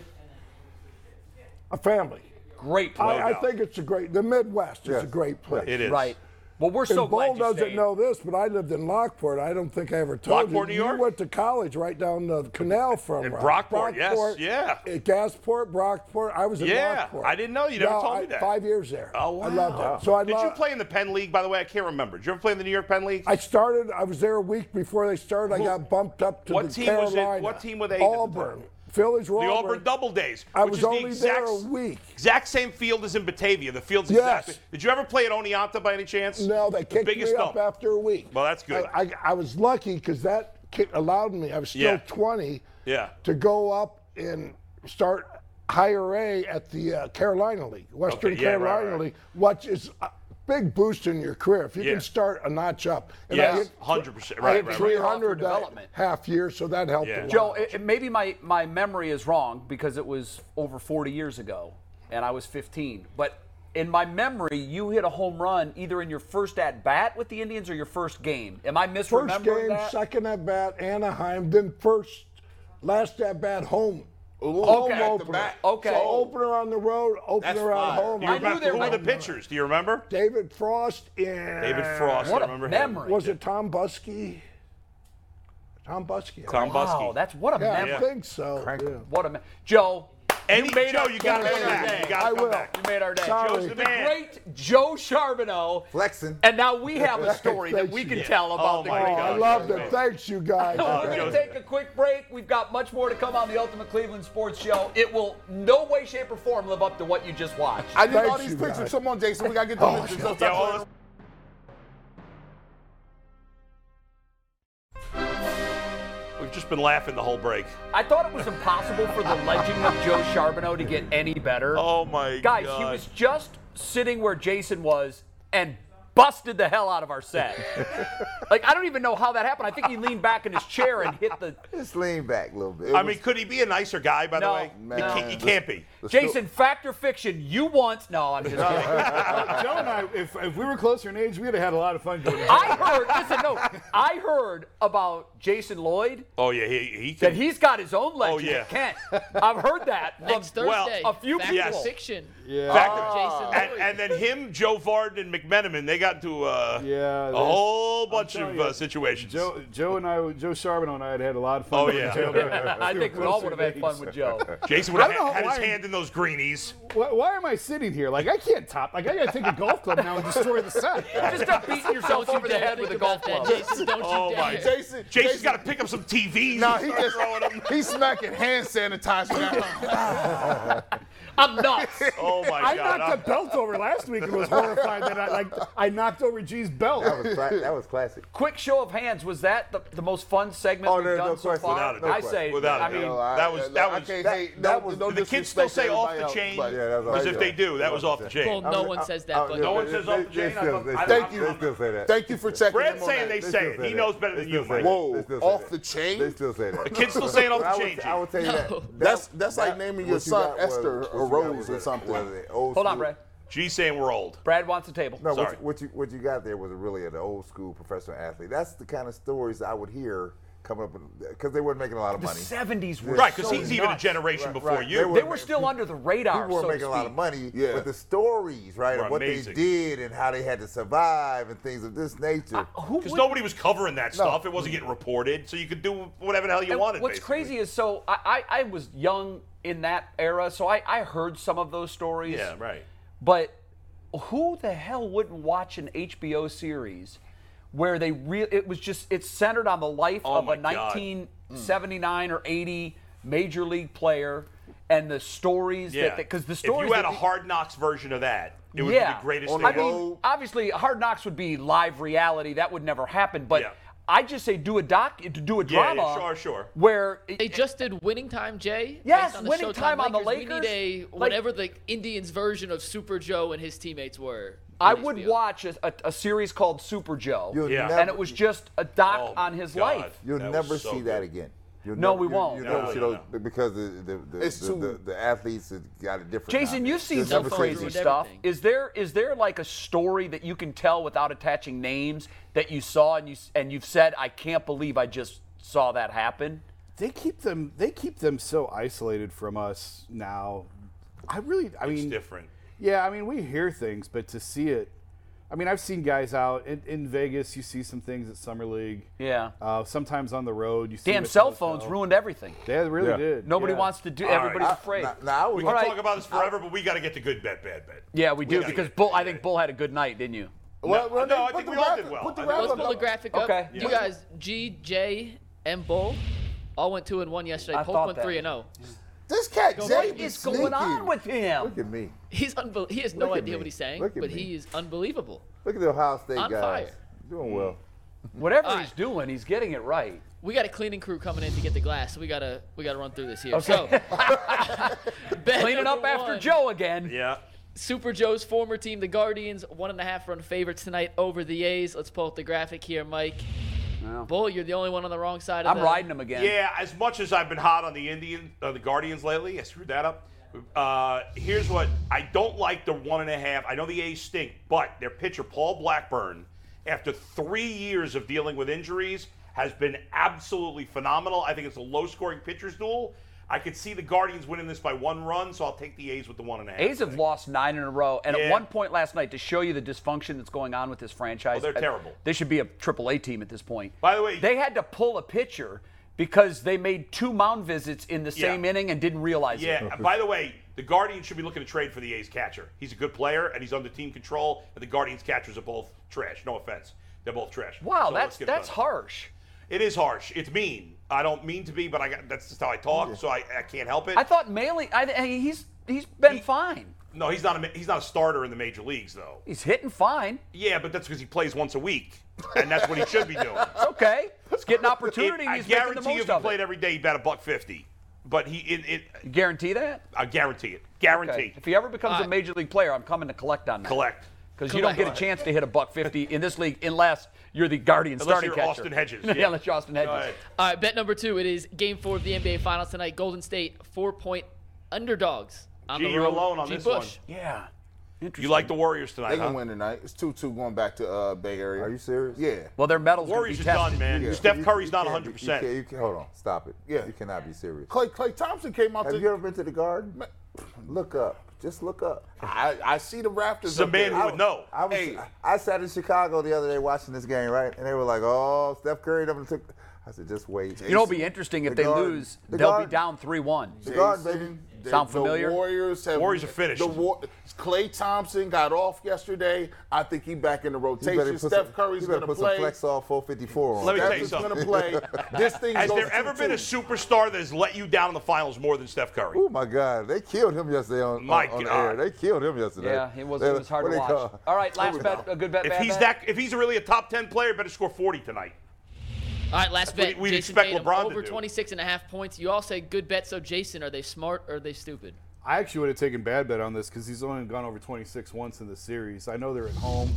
a family.
Great play.
I, I
doubt.
think it's a great. The Midwest is a great place.
It is
right. Well, we're so
and Bull
glad you
doesn't
stayed.
know this, but I lived in Lockport. I don't think I ever told
Lockport,
you.
New York?
You went to college right down the canal from
In
us.
Brockport, yes, yeah.
uh, Gasport, Brockport. I was in
Yeah,
Lockport.
I didn't know. You never
No,
told me
I-
that.
Five years there.
Oh wow!
I loved it. So I
Did you
love-
play in the Penn League? By the way, I can't remember. Did you ever play in the New York Penn League?
I started. I was there a week before they started. I got bumped up to
What
the
team was
Carolina.
it- what team were they at the time?
Auburn. Phillies were
the
Auburn.
Auburn, Double Days.
I
which
was
is
only
the exact,
there a week.
Exact same field as in Batavia. The field's
Yes.
exactly. Did you ever play at Oneonta by any chance?
No, they kicked
biggest
me up
dump.
after a week.
Well, that's good.
I, I, I was lucky because that kick allowed me. I was still
Yeah.
20.
Yeah.
To go up and start higher A at the uh, Carolina League, Western
Okay, yeah, right,
Carolina
right.
League, which is a big boost in your career if you
Yeah.
can start a notch up. And
Yes,
I hit
100%,
I
right,
hit
right, right.
300 that
Development.
half year, so that helped.
Yeah.
A lot.
Joe, it, it- maybe my, my memory is wrong because it was over 40 years ago and I was 15. But in my memory, you hit a home run either in your first at bat with the Indians or your first game. Am I misremembering
First game,
that?
second at bat, Anaheim, then first, last at bat, home.
Home
Okay.
opener.
Back. Okay.
So opener on the road, opener
That's
at
fire.
home.
Do you
I knew
remember,
there
who
was-
were the pitchers? Do you remember?
David Frost and
David Frost.
what
I
a
remember
memory.
him.
Was it Tom Buskey? Tom Buskey.
Tom
wow,
Buskey.
that's what a
yeah,
memory.
I think so. yeah.
What a me- Joe.
Any-
you made
Joe,
our-
you gotta
made
come
our
back.
day.
You gotta
I
come
will.
back.
You made our day.
Sorry.
Joe's the
The
man.
great Joe Charbonneau.
Flexing.
And now we have a story that
Thank
we
you.
can
Yeah.
tell about
Oh
the
my
great
God.
I
Yeah,
loved
yeah. Oh,
it. Thanks, you guys.
We're going
Joe's
to take a quick break. We've got much more to come on the Ultimate Cleveland Sports Show. It will no way, shape, or form live up to what you just watched.
I need all
Thanks,
these
you
pictures.
guys.
Come on, Jason. We gotta get the
Oh,
pictures. Let's
Yeah,
talk
all
later.
this- We've just been laughing the whole break.
I thought it was impossible for the legend of Joe Charbonneau to get any better.
Oh my
Guys,
God.
he was just sitting where Jason was and busted the hell out of our set. like, I don't even know how that happened. I think he leaned back in his chair and hit the.
Just lean back a little bit.
I mean, could he be a nicer guy? By the
No,
way,
no.
He, can't, he can't be.
Jason, fact or fiction, you once. No, I'm just kidding.
Joe and I, if, if we were closer in age, we'd have had a lot of fun doing this.
I heard, listen, no, I heard about Jason Lloyd.
Oh yeah, he he
that
can.
he's got his own legend.
Oh, yeah.
Kent. I've heard that. from-
Next Thursday.
well,
a few
Fact
people.
or Fiction.
Yeah.
Fact-
Oh.
Jason
and,
Lloyd.
and then him, Joe Varden, and McMenamin, they got into uh,
Yeah,
a
they-
whole bunch
telling
of uh,
you,
situations.
Joe, Joe and I, Joe Charbonneau and I had had a lot of fun.
Oh,
doing
yeah.
Joe.
I think we all would have had fun with Joe.
Jason would have
I don't know
had his
why-
hand in those greenies.
Why, why am I sitting here? Like I can't top. Like I gotta take a golf club now and destroy the set.
Just stop beating yourself
Don't you
over the
dare
head
think
with a golf
about that,
club.
Jason. Don't you
Oh,
dare.
my
Jason.
Jason's got to pick up some TVs.
Nah,
and
he
start
just
throwing them.
he's smacking hand sanitizer now.
I'm nuts.
Oh my
I
God,
knocked
I'm-
a belt over last week and was horrified that I like I knocked over G's belt.
That was, cla- that was classic.
Quick show of hands. Was that the, the most fun segment
Oh,
we've
no,
done
no
so
question.
far?
Without a doubt.
I say.
Without a
I mean,
doubt.
No, I-
that was- that
I
was-
can't
that-
hate-
that
no-
was-
no
the
The kids still
disrespect to
say off
everybody
the
else,
chain.
but-
Yeah, that's
Because
right.
if they do, that was off the
Well,
chain.
no one says
Oh,
that, but
yeah,
No one
they-
says
they-
off the
they
chain. I
still-
fuck-
they
I-
still-
Thank you.
They still say that.
Thank you for checking
Brad's
him on
saying
that.
they
They
say
still
it.
say
He
that.
knows better
They
than
still
you,
say
Mike.
that.
Whoa,
They still say
off
that.
the chain?
They still say that. The
Kids still saying off the
I
chain,
would, I would tell you that.
No.
That's- that's like
that- what
naming your
you
son
got was-
Esther
what
a
you got
rose
was
or
a-
something.
was an old
Hold on,
school-
Brad.
G's saying we're old.
Brad wants a table.
No,
Sorry.
what, what you what you got there was really an old school professional athlete. That's the kind of stories I would hear coming up because they weren't making a lot of
The
money.
70s were
Right, because
so
he's even a
nuts.
generation before
right.
you.
They
They
People
were still under the radar,
People were
so to
making a lot of
speak.
money,
Yeah.
but the stories, right,
Were
of what
amazing.
they did and how they had to survive and things of this nature.
Who
Because
would-
nobody was covering that stuff. It wasn't getting reported, so you could do whatever the hell you
And
wanted.
What's
basically.
crazy is so I, I, I was young in that era, so I, I heard some of those stories.
Yeah, right.
But who the hell wouldn't watch an HBO series where they real it was just it's centered on the life
Oh
of a
my God.
1979 or 80 major league player and the stories
Yeah.
that because the
if
stories
you had
that
a
they-
hard knocks version of that, it would
yeah.
be the greatest
I
thing ever.
mean, obviously, Hard Knocks would be live reality. That would never happen. But
Yeah.
I just say do a doc, do a
Yeah, yeah,
drama.
sure, sure.
Where
They just did winning time, Jay.
Yes,
based on the
Winning
Showtime
Time on the
We need a
Lakers. Like-
whatever the Indians version of Super Joe and his teammates were.
I
on
would
HBO.
watch a, a, a series called Super Joe,
You'll
Yeah.
never,
and it was just a doc
Oh, my
on his
God.
life.
You'll
That was
never
so
see that
good.
again. You'll
No,
never-
we
you-
won't.
You'll
No,
never see
no,
those because the the, the,
It's
the,
too-
the, the athletes has got a different.
Jason,
outfit.
you've seen
You'll
some
never
phone
see
crazy
it.
ruined
stuff.
everything.
Is there is there like a story that you can tell without attaching names that you saw and you s- and you've said, I can't believe I just saw that happen?
they keep them they keep them so isolated from us now. I really I
It's
mean
different.
Yeah, I mean we hear things, but to see it I mean I've seen guys out in, in Vegas you see some things at summer league.
Yeah.
Uh, sometimes on the road you see them
Damn,
at the
cell
hotel.
phones ruined everything.
They really
Yeah.
did.
Nobody
yeah.
wants to do.
right.
everybody's
I-
afraid.
Now, now I was
We can
All right.
talk about this forever, but we got to get the good bet, bad bet.
yeah, we do
gotta
because
get-
Bull. I think Bull had a good night, didn't you?
Well, well,
no, I
put
think
the
we all did
graphic-
well.
Put the
I think we
Let's
graphic
all
pull the
Okay.
up.
graphic up. You guys, G, J, and Bull, all went two and one yesterday.
I
Hope
thought
went
that.
three and oh. zero.
This cat, Jay,
What
be
is
sneaky.
going on with him?
Look at me.
He's unbel- He has no
Look at
idea
me.
what he's saying,
Look at
but
me.
he is unbelievable.
Look at the Ohio State
On
guys.
fire.
Doing well.
Whatever
All
he's
right.
doing, he's getting it right.
We got a cleaning crew coming in to get the glass, so we gotta we gotta run through this here. So bet
Clean it up
number
after
one.
Joe again.
Yeah.
Super Joe's former team, the Guardians, one and a half run favorites tonight over the A's. Let's pull up the graphic here, Mike. Bull, you're the only one on the wrong side of
I'm
the-
riding him again.
Yeah, as much as I've been hot on the Indian, uh, the Guardians lately, I screwed that up. Uh, here's what I don't like: the one and a half. I know the A's stink, but their pitcher Paul Blackburn, after three years of dealing with injuries, has been absolutely phenomenal. I think it's a low-scoring pitchers duel. I could see the Guardians winning this by one run, so I'll take the A's with the one and a half.
A's have lost nine in a row, and at
Yeah.
one point last night, to show you the dysfunction that's going on with this franchise,
Oh, they're
I-
terrible.
They should be a Triple A team at this point.
By the way-
they had to pull a pitcher because they made two mound visits in the
Yeah.
same inning and didn't realize
Yeah.
it.
and by the way, the Guardians should be looking to trade for the A's catcher. He's a good player and he's under team control. And the Guardians catchers are both trash. No offense, they're both trash.
Wow, that's
So let's get it
that's
done.
harsh.
It is harsh. It's mean. I don't mean to be, but I got, that's just how I talk, so I, I can't help it.
I thought Maley, I, I- he's he's been
He-
fine.
no, he's not a ma- he's not a starter in the major leagues though.
He's hitting fine.
Yeah, but that's because he plays once a week, and that's what he should be doing.
Okay, let's get an opportunity.
It-
and
I
he's making the
guarantee if
most
he
of
played
it.
every day, he'd bet a buck fifty. But he, it, it,
You guarantee that.
I guarantee it.
Okay.
Guarantee.
If he ever becomes a
Alright.
major league player, I'm coming to collect on that.
Collect.
Because you don't get a
Correct.
chance to hit a buck fifty in this league unless you're the Guardian
Unless
starting
you're
catcher.
Austin Hedges,
yeah.
yeah.
unless you're Austin
Go
Hedges.
ahead.
All right, bet number two. It is game four of the NBA Finals tonight. Golden State four point underdogs. On
Gee,
the
you're
road.
alone on
G.
this
Bush.
Yeah. Interesting.
You like the Warriors tonight?
They
huh?
can win tonight. It's 2-2 going back to uh, Bay Area.
Are you serious?
Yeah.
Well, their medals gonna
Warriors
be
are
tested.
done, man.
Yeah.
Steph
You-
Curry's
you
not
can't be-
100.
You can't,
percent
you can, hold on. Stop it.
Yeah.
You cannot be serious.
Clay, Clay Thompson came out
Have
to.
you ever been to the garden? Look up. Just look up.
I, I see the Raptors.
He's a
up
man
there.
who would know.
I was
Hey.
I sat in Chicago the other day watching this game, right? And they were like, "Oh, Steph Curry done took." I said, "Just wait."
You know, it'll be interesting if
The
they
Garden-
lose.
the
they'll
Garden-
be down three-one.
The Garden, baby.
they-
Sound
the
familiar?
Warriors have
Warriors are finished.
The War, Clay Thompson got off yesterday. I think he back in the
You better
rotation.
put
Steph
some-
Curry's
you better
going to
put
play.
some flex all 454 on.
Let me
that.
tell you
Steph is going to
something.
play. This thing
Has
goes
there ever been a
2-2.
superstar that has let you down in the finals more than Steph Curry?
Oh my God! They killed him yesterday on,
My
on, on the air.
God.
They killed him yesterday.
Yeah, it was,
They-
it was hard
what
to
they
watch.
call-
All right, last bet, a good bet,
If
bad
he's
bet.
that, if he's really a top ten player, better score forty tonight.
All right, last
That's
bet.
what we'd
Jason
expect
Tatum,
LeBron to
over
do.
26 and a half points. You all say good bet. So, Jason, are they smart or are they stupid?
I actually would have taken bad bet on this because he's only gone over 26 once in the series. I know they're at home.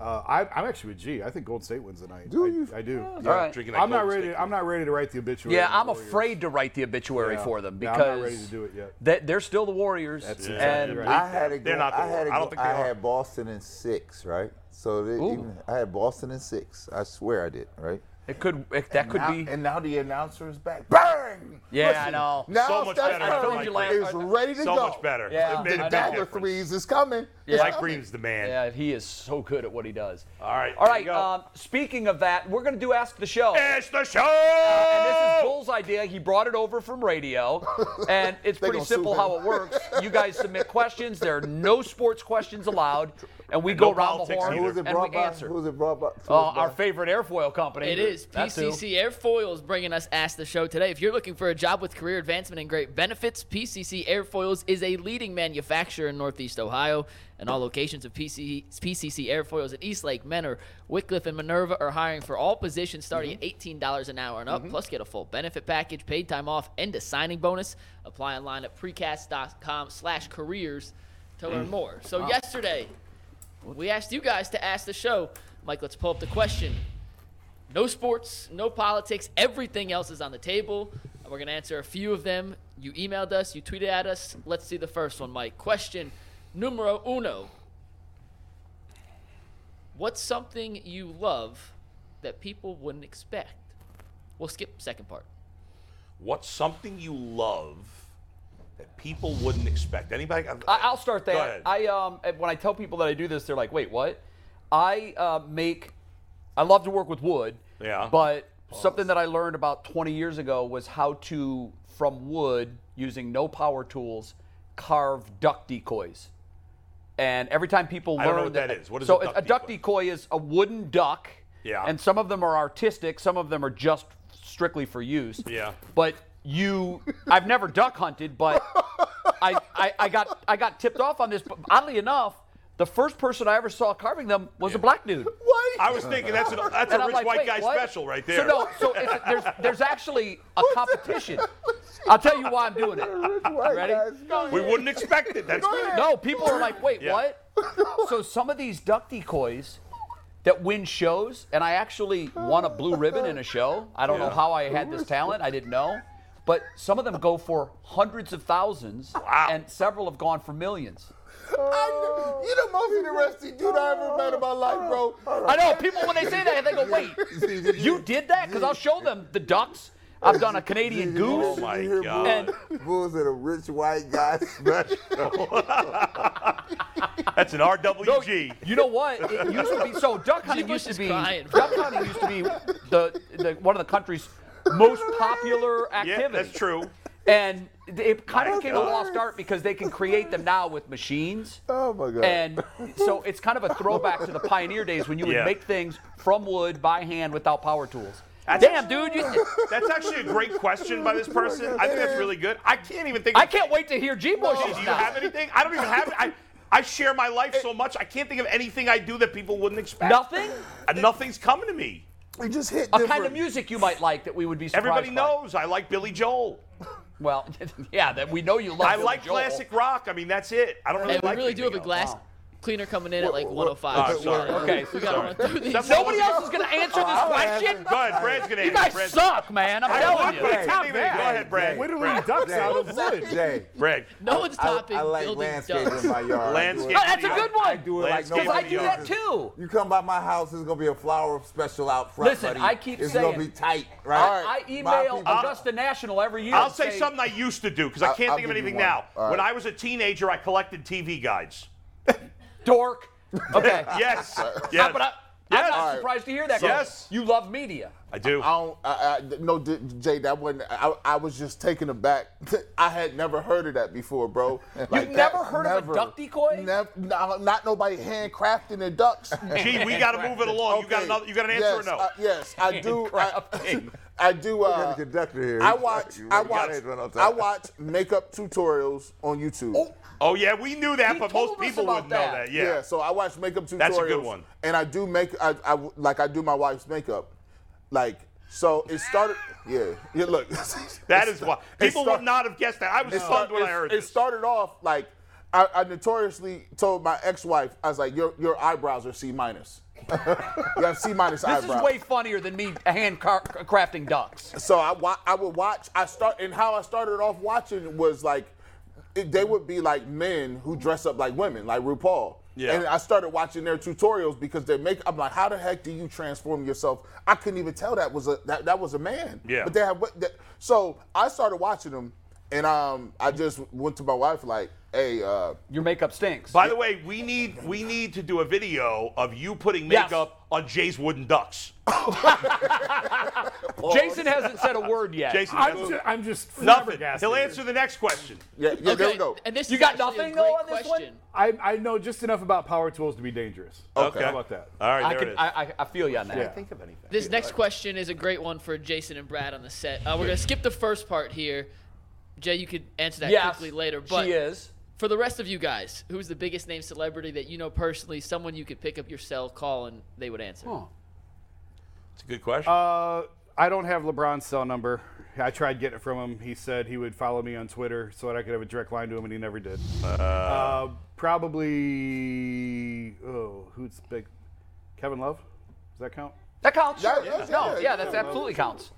Uh, I, I'm actually with G. I think Golden State wins tonight.
Do
I,
you?
I do.
All right.
Drinking that
I'm not
Golden
ready.
State.
I'm not ready to write the obituary.
Yeah,
on the
I'm
Warriors.
afraid to write the obituary
Yeah.
for them
Yeah,
because
I'm not ready to do it yet.
They, they're still the Warriors.
exactly
and
right.
I had it.
They're
go-
not the
I had it
worst. I don't
go-
think they
I
are.
had Boston in six, right? So they, even, I had Boston in six. I swear I did, right?
it could it, that could
Now-
be.
And now the announcer is back. Bang!
Yeah, I know.
Now
So much
Steph
better than
Curry
Mike
is
Green.
ready to
so
go.
much better.
Yeah.
It made a
The
big
Dagger
difference.
threes is coming.
Yeah.
It's
Mike
coming.
Green's the man.
Yeah, he is so good at what he does.
All right,
All
there
right.
you go.
Um, speaking of that, we're gonna do Ask the Show.
It's the show.
and this is Bull's idea. He brought it over from radio, and it's
They
pretty
gonna sue
simple
him.
how it works. You guys submit questions. There are no sports questions allowed, and we go
no
round the
politics
horn
either.
Who was it
and we
brought by?
answer.
Who was it
Oh,
brought by? who was
Uh, our
brought-
favorite airfoil company.
It is.
That's who.
PCC Airfoil is bringing us Ask the Show today. If you're looking for a job with career advancement and great benefits, PCC Airfoils is a leading manufacturer in Northeast Ohio. And all locations of PC, PCC Airfoils at Eastlake, Menor, Wycliffe, and Minerva are hiring for all positions starting at $18 an hour and up. Plus, get a full benefit package, paid time off, and a signing bonus. Apply online at precast.com slash careers to learn more. So yesterday, we asked you guys to ask the show. Mike, let's pull up the question. No sports, no politics, everything else is on the table. And we're going to answer a few of them. You emailed us, you tweeted at us. Let's see the first one, Mike. Question numero uno What's something you love that people wouldn't expect? We'll skip second part.
What's something you love that people wouldn't expect? Anybody?
I, I'll start
Go
that.
ahead.
I um when I tell people that I do this, they're like, "Wait, what?" I uh, make. I love to work with wood.
Yeah.
But something that I learned about 20 years ago was how to, from wood, using no power tools, carve duck decoys. And every time people learn
I don't know what that is. What is
so
a duck decoy?
decoy is a wooden duck.
Yeah.
And some of them are artistic. Some of them are just strictly for use.
Yeah.
But you, I've never duck hunted, but I, I, I got I got tipped off on this. But oddly enough, the first person I ever saw carving them was a black dude.
What?
I was thinking that's a, that's
And
a rich
I'm like,
white
"Wait,
guy
what?"
special right there.
So no, so it's, there's there's actually a competition. I'll tell you why I'm doing it.
White
Ready?
guys.
we wouldn't expect it. That's good.
No, people are like, wait,
Yeah.
what? So some of these duck decoys that win shows, and I actually won a blue ribbon in a show. I don't know
Yeah.
how I had this talent. I didn't know. But some of them go for hundreds of thousands,
Wow.
and several have gone for millions.
I, you the most interesting dude I ever met in my life, bro.
I know people when they say that they go, "Wait, you did that?" Because I'll show them the ducks. I've done a Canadian
Oh
goose.
my
You hear
God.
And-
Who was it? A rich white guy special.
That's an RWG.
You know what? It used to be so. Duck hunting
was
used to
just
be
crying.
duck hunting used to be the, the one of the country's most popular
yeah,
activity.
that's true. Oh
And it kind
My
of became
God.
a lost art because they can create them now with machines.
oh my God.
And so it's kind of a throwback to the pioneer days when you would
Yeah.
make things from wood by hand without power tools.
That's-
Damn, dude! You,
That's actually a great question by this
Oh
person. I think that's really good. I can't even think. Oh,
I can't wait to hear G Bush.
Do you have anything? I don't even have. I, I share my life so much. I can't think of anything I do that people wouldn't expect.
Nothing?
And nothing's coming to me.
We just hit
A
different.
kind of music you might like that we would be surprised
Everybody
by.
knows I like Billy Joel.
Well, yeah, that we know you love.
I
Billy
like
Joel.
classic rock. I mean, that's it. I don't really
And we
like.
really do have a
anything else.
glass cleaner coming in at like
Oh,
105.
sorry.
Okay,
We got to run through these.
That's all
Nobody else is going to answer this question.
Go ahead, Brad's gonna
You
answer.
guys
Brad's-
suck, man. I'm
I
telling
would, but I
Hey,
you.
can't even- Go ahead, Brad.
Whittling
Brad.
ducks out of
Jay,
wood.
Jay,
Brad.
No one's
I,
topping
I like
building
landscaping
ducks.
in my yard. I do it-
Landscape.
Oh, that's a good one.
I do it like
Landscaping
Because
nobody
I do
in the
that
yard.
too.
You come by my house, it's gonna be a flower special out front.
Listen,
buddy.
I keep
it's
saying-
gonna be tight, right?
I, I
My
email
people-
Augusta National every year.
I'll
and
say something I used to do because I
I'll-
can't
I'll
think of
give you
anything
one.
now.
All right.
When I was a teenager, I collected TV guides.
Dork. Okay.
Yes.
Ah,
yes.
but I, am
Yes.
not
All right.
surprised to hear that.
Yes.
Carl. You love media.
I do.
I don't. I, I, no, D- Jay, that wasn't. I, I was just taken aback. I had never heard of that before, bro.
You've never heard of a duck decoy?
Never. No, not nobody handcrafting their ducks.
Gee, we got to move it along. You got
Okay.
another? You got an answer
yes,
or no?
uh, yes, I do. I,
Handcrafting.
I do.
got
Uh,
the conductor here.
I
He's
watch.
like, you
I
really gotta
watch.
run on time.
I watch makeup tutorials on YouTube.
oh yeah, we knew that,
He
but
told
most
us
people
about
wouldn't know
that.
that. Yeah.
So I watch makeup tutorials.
That's a good one.
And I do make I, I like I do my wife's makeup, like so it started. Yeah, yeah. Look,
That
it
is why
sta- it
people
start-
would not have guessed that. I was
it
stunned
start-
when I
it-
heard
it
this.
started off like I, I notoriously told my ex-wife, I was like, your your eyebrows are C minus. you have C minus
This
eyebrows.
is way funnier than me hand car- crafting ducks.
So I wa- I would watch. I start and how I started off watching was like it, they would be like men who dress up like women, like RuPaul.
Yeah.
And I started watching their tutorials because they make. I'm like, how the heck do you transform yourself? I couldn't even tell that was a that, that was a man.
Yeah.
But they have what? that- So I started watching them, and um, I just went to my wife like, hey, uh,
Your makeup stinks.
By the way, we need we need to do a video of you putting
Yes.
makeup on Jay's wooden ducks.
Jason hasn't said a word yet.
Jason,
I'm just, I'm just
nothing.
flabbergasted.
He'll answer the next question.
yeah, yeah, there we go.
And this
You
is
got
actually a
nothing, though,
great
on this one?
question.
I, I know just enough about power tools to be dangerous.
Okay.
How about that?
All right,
I,
there
can,
it is.
I, I, I feel you on that.
Think of anything.
This next question is a great one for Jason and Brad on the set. Uh, we're gonna skip the first part here. Jay, you could answer that
Yes,
quickly later. But
she is.
for the rest of you guys, who's the biggest name celebrity that you know personally? Someone you could pick up your cell, call, and they would answer.
It's a good question.
Uh, I don't have LeBron's cell number. I tried getting it from him. He said he would follow me on Twitter so that I could have a direct line to him, and he never did. Uh, probably. Oh, who's big? Kevin Love? Does that count?
That counts.
Yeah,
sure.
yeah,
no,
yeah,
yeah,
yeah,
that's
yeah.
absolutely counts.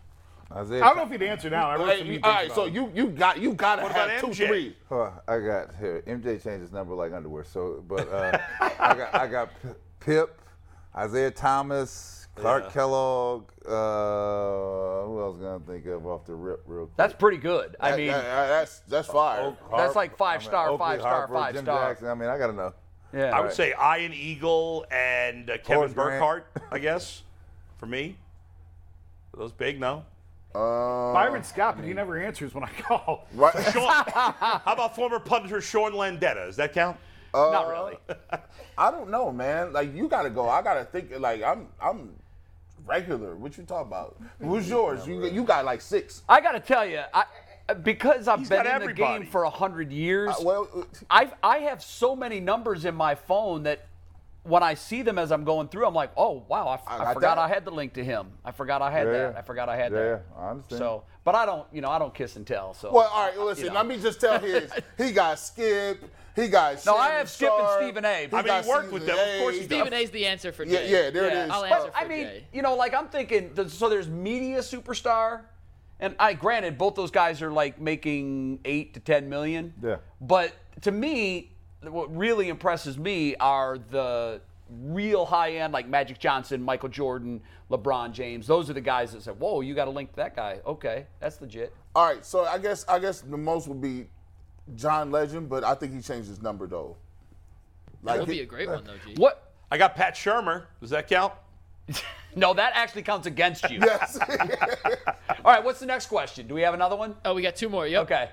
Isaiah,
I don't know if he'd answer now. I wrote some
Hey,
deep
all
things
right, so
about it.
you you got you got to
What about
have two
MJ?
three.
Oh, I got here. MJ changed his number like underwear. So, but uh, I got I got P- Pip, Isaiah Thomas, Clark Kellogg. Uh, who else gonna think of off the rip real quick?
That's pretty good. I
That-
mean,
that- that's that's fire.
that's like five star,
Oakley,
five star,
Harper,
five
Jim
star.
Jackson. I mean, I gotta know.
yeah.
I would say Ian Eagle and uh, Kevin
Horace Grant.
Burkhardt, I guess, for me. Are those big, no?
Um,
Byron Scott, but he never answers when I call.
Right.
Sean, how about former punter Sean Landetta? Does that count?
Not really.
I don't know, man. Like you gotta go. I gotta think. Like I'm, I'm regular. What you talking about? Who's yours? You you got like six.
I got to tell you, I, because I've
He's
been in
got
the
everybody.
game for a hundred years.
Uh, well, uh,
I've, I have so many numbers in my phone that when I see them as I'm going through, I'm like, oh wow, I, f- I
got
forgot
that.
I had the link to him. I forgot I had
Yeah,
that.
yeah.
I forgot I had
Yeah,
that.
yeah, I understand.
So, but I don't, you know, I don't kiss and tell. So.
Well, all right. Listen, let me just tell his. He got Skip. He got.
No, I
Shannon
have Skip and
Sharp,
Stephen A, but- I mean,
got
he worked with
Stephen
them. Of course he
A.
does.
Stephen A's the answer for
Yeah,
Jay.
yeah, there it
yeah,
is.
I'll answer
But
for
I mean,
Jay.
you know, like I'm thinking, th- so there's media superstar, and I granted both those guys are like making eight to ten million.
Yeah.
But to me, th- what really impresses me are the real high end, like Magic Johnson, Michael Jordan, LeBron James. Those are the guys that said, "Whoa, you got to link to that guy." Okay, that's legit.
All right. So I guess I guess the most would be John Legend, but I think he changed his number though. Like
That would
he-
be a great one, though, G.
What?
I got Pat Shermer. Does that count?
No, that actually counts against you.
Yes.
All right, what's the next question? Do we have another one?
Oh, we got two more. Yep.
Okay.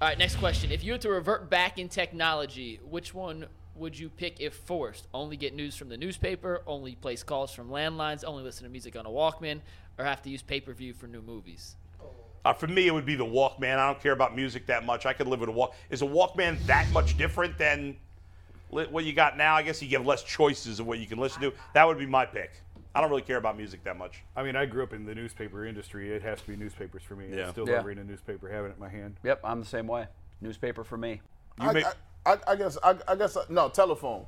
All right, next question. If you had to revert back in technology, which one would you pick if forced? Only get news from the newspaper, only place calls from landlines, only listen to music on a Walkman, or have to use pay per view for new movies?
Uh, for me, it would be the Walkman. I don't care about music that much. I could live with a Walk. Is a Walkman that much different than li- what you got now? I guess you have less choices of what you can listen to. That would be my pick. I don't really care about music that much.
I mean, I grew up in the newspaper industry. It has to be newspapers for me.
Yeah.
I still
Yeah.
love reading a newspaper, having it in my hand.
Yep, I'm the same way. Newspaper for me.
You may-
I, I, I guess I, I guess uh, no telephone.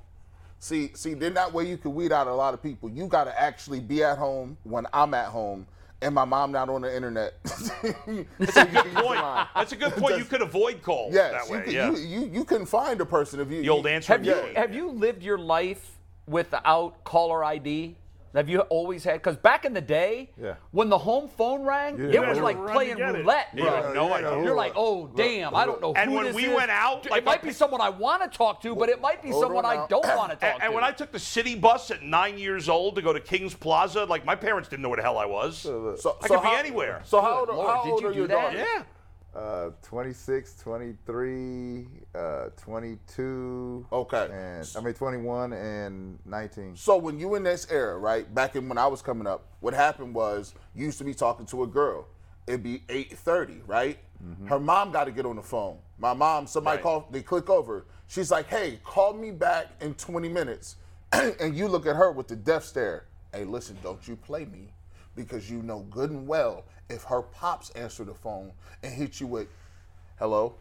See, see, then that way you can weed out a lot of people. You got to actually be at home when I'm at home and my mom not on the internet. So you can use the
Point.
line.
That's a good point. You could avoid calls
Yes,
that way.
you, could,
yeah.
you, you you couldn't find a person if you
the old
you-
answering
Have you
machine.
have you lived your life without caller ID? Have you always had? Because back in the day,
Yeah.
when the home phone rang,
You
it
had
was
to
like
run to
playing
get it.
roulette,
You
bro.
had no idea.
You're like, oh damn, I don't know.
And
who
when
this
we
is.
went out,
Dude,
like,
it might
I-
be someone I want to talk to, but it might be
Hold
someone
on
I
now.
don't want to talk
And,
to.
and when I took the city bus at nine years old to go to King's Plaza, like my parents didn't know where the hell I was.
So,
I
so
could be
how-
anywhere.
So how old,
Lord,
how
did
old
you
are
do
your
that?
daughters?
yeah.
Uh, 26, 23, uh, 22.
Okay.
And I mean 21 and 19.
Mm-hmm. So when you in this era, right, back in when I was coming up, what happened was you used to be talking to a girl. It'd be eight thirty, right? Her mom got to get on the phone. My mom, somebody
Right.
called. They click over. She's like, "Hey, call me back in twenty minutes," and you look at her with the death stare. Hey, listen, don't you play me, because you know good and well if her pops answer the phone and hit you with, "Hello,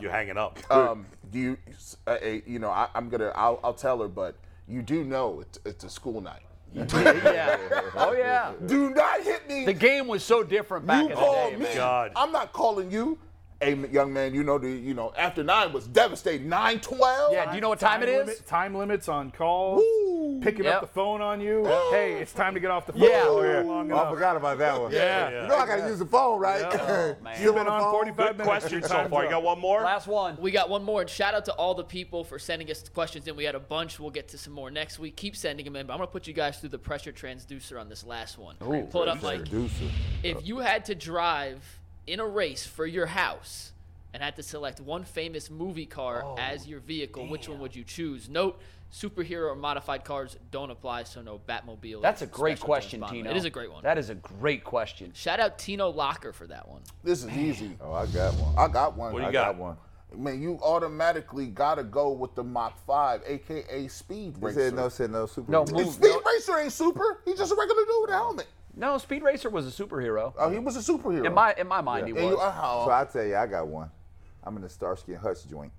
You're hanging up.
um, do you, uh, uh, you know, I, I'm gonna, I'll, I'll tell her, but you do know it's, it's a school night.
yeah. Oh yeah.
Do not hit me.
The game was so different back in
you
the
call
day.
me.
man.
God.
I'm not calling you. Hey, m- young man, you know the, you know, after nine was devastating. Nine twelve.
Yeah, do you know what time it
limit-
is?
time limits on calls.
Woo.
Picking
Yep.
up the phone on you. Hey, it's time to get off the phone.
Yeah.
Oh,
yeah.
long
Oh, I
enough.
forgot about that one.
Yeah.
You know I got to use the phone, right?
Oh,
man.
You've
Been on 45
Good
minutes.
question
Your
so
time's
far. You
up.
got one more?
Last one.
We got one more, and shout out to all the people for sending us questions in. We had a bunch. We'll get to some more next week. Keep sending them in, but I'm gonna put you guys through the pressure transducer on this last one. Pull it up, Mike. If you had to drive in a race for your house and had to select one famous movie car
Oh,
as your vehicle, which one would you choose? Note: superhero or modified cars don't apply, so no Batmobile.
That's
or
a great
special James
question,
Bond.
Tino.
It is a great one.
That is a great question.
Shout out Tino Locker for that one.
This is easy.
Oh, I got one.
I got one.
What do
I
you
I
got?
got one.
Man, you automatically gotta go with the Mach Five, aka Speed
He
Racer.
said no, said no. Super.
No,
Bowl.
move.
Speed Racer ain't super. He's just a regular dude with a helmet.
No, Speed Racer was a superhero.
Oh, he was a superhero.
In my in my mind, he
And you-
was.
uh-huh.
So I tell you, I got one. I'm in the Starsky and Hutch joint.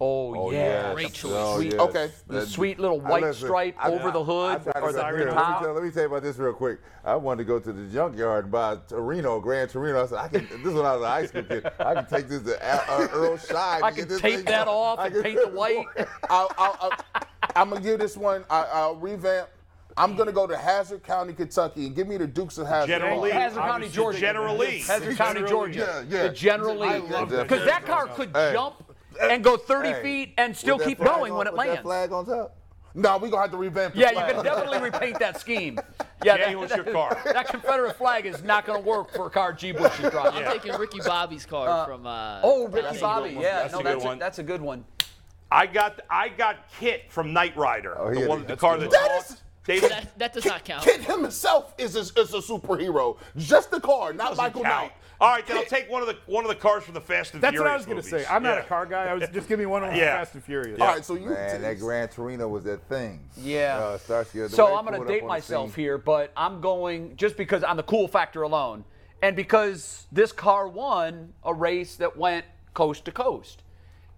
oh, yeah.
Great choice.
Sweet.
Okay.
The
That-
sweet little
Uh, I
white
listen,
stripe
I-
over the
I
hood
tried to
or the,
say, here,
the
let, me
top.
tell, let me tell you about this real quick. I wanted to go to the junkyard and buy a Torino, Grand Torino. I said, I can. This when I was a high school kid, I can take this to Al- uh, Earl Shy. and
I
get
can
this
tape
thing
that
going.
off
I
and
can-
paint it white.
I'll, I'll, i am gonna give this one. uh, I, I'll revamp. I'm gonna go to Hazard County, Kentucky, and give me the Dukes of Hazard.
General Lee.
Hazard County,
Obviously,
Georgia.
General Lee.
Hazard County, Georgia.
Yeah, yeah.
The General
I
Lee.
love that
Because that car
General Lee.
could
Hey.
jump and go 30
Hey,
feet and still
With that
keep
flag
going
on-
when it
with
lands.
That flag on top.
No, we gonna have to revamp. The
Yeah, you
flag.
can definitely repaint that scheme. Yeah,
Jay, what's your car?
that Confederate flag is not going to work for a car G. Bush is driving.
I'm taking Ricky Bobby's car from. Uh,
Oh,
Batman.
Ricky Bobby.
one.
Yeah,
That's
no,
a good
that's a,
one.
that's a good one.
I got I got Kit from Knight Rider.
Oh, he
the
had
one
it.
with the
That's
car
good.
that
That
talked.
is-
David,
That, that does not count.
Kid himself is a, is a superhero. Just the car, not Michael
count.
Knight.
All right, then I'll take one of the one of the cars from the Fast and
That's
Furious
what I was gonna
movies.
say. I'm not
Yeah.
a car guy. I was just giving me one on
Yeah.
Fast and Furious.
All right, so you.
Man, that Grand Torino was that thing.
Yeah.
Uh, Starsky, the way
So
it
I'm going
pulled
to
up
date
on the
myself
scene.
here, but I'm going just because on the cool factor alone, and because this car won a race that went coast to coast.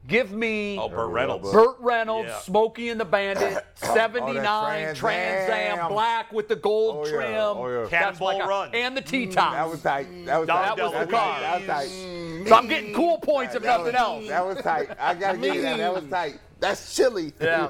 Give me
Oh, Burt Reynolds.
Burt Reynolds,
Yeah.
Smokey and the Bandit, 79
Oh, Trans
Trans Am,
Am.
black with the gold
Oh, yeah.
trim.
Oh, yeah. Mm,
That's my
Cannonball
guy.
Run.
And the T-top.
That was tight. That was
Don DeLuise.
tight. That was tight. That was tight.
so I'm getting cool points if
That
nothing
was-
else.
That was tight. I gotta give you that. That was tight.
That's chilly.
Yeah.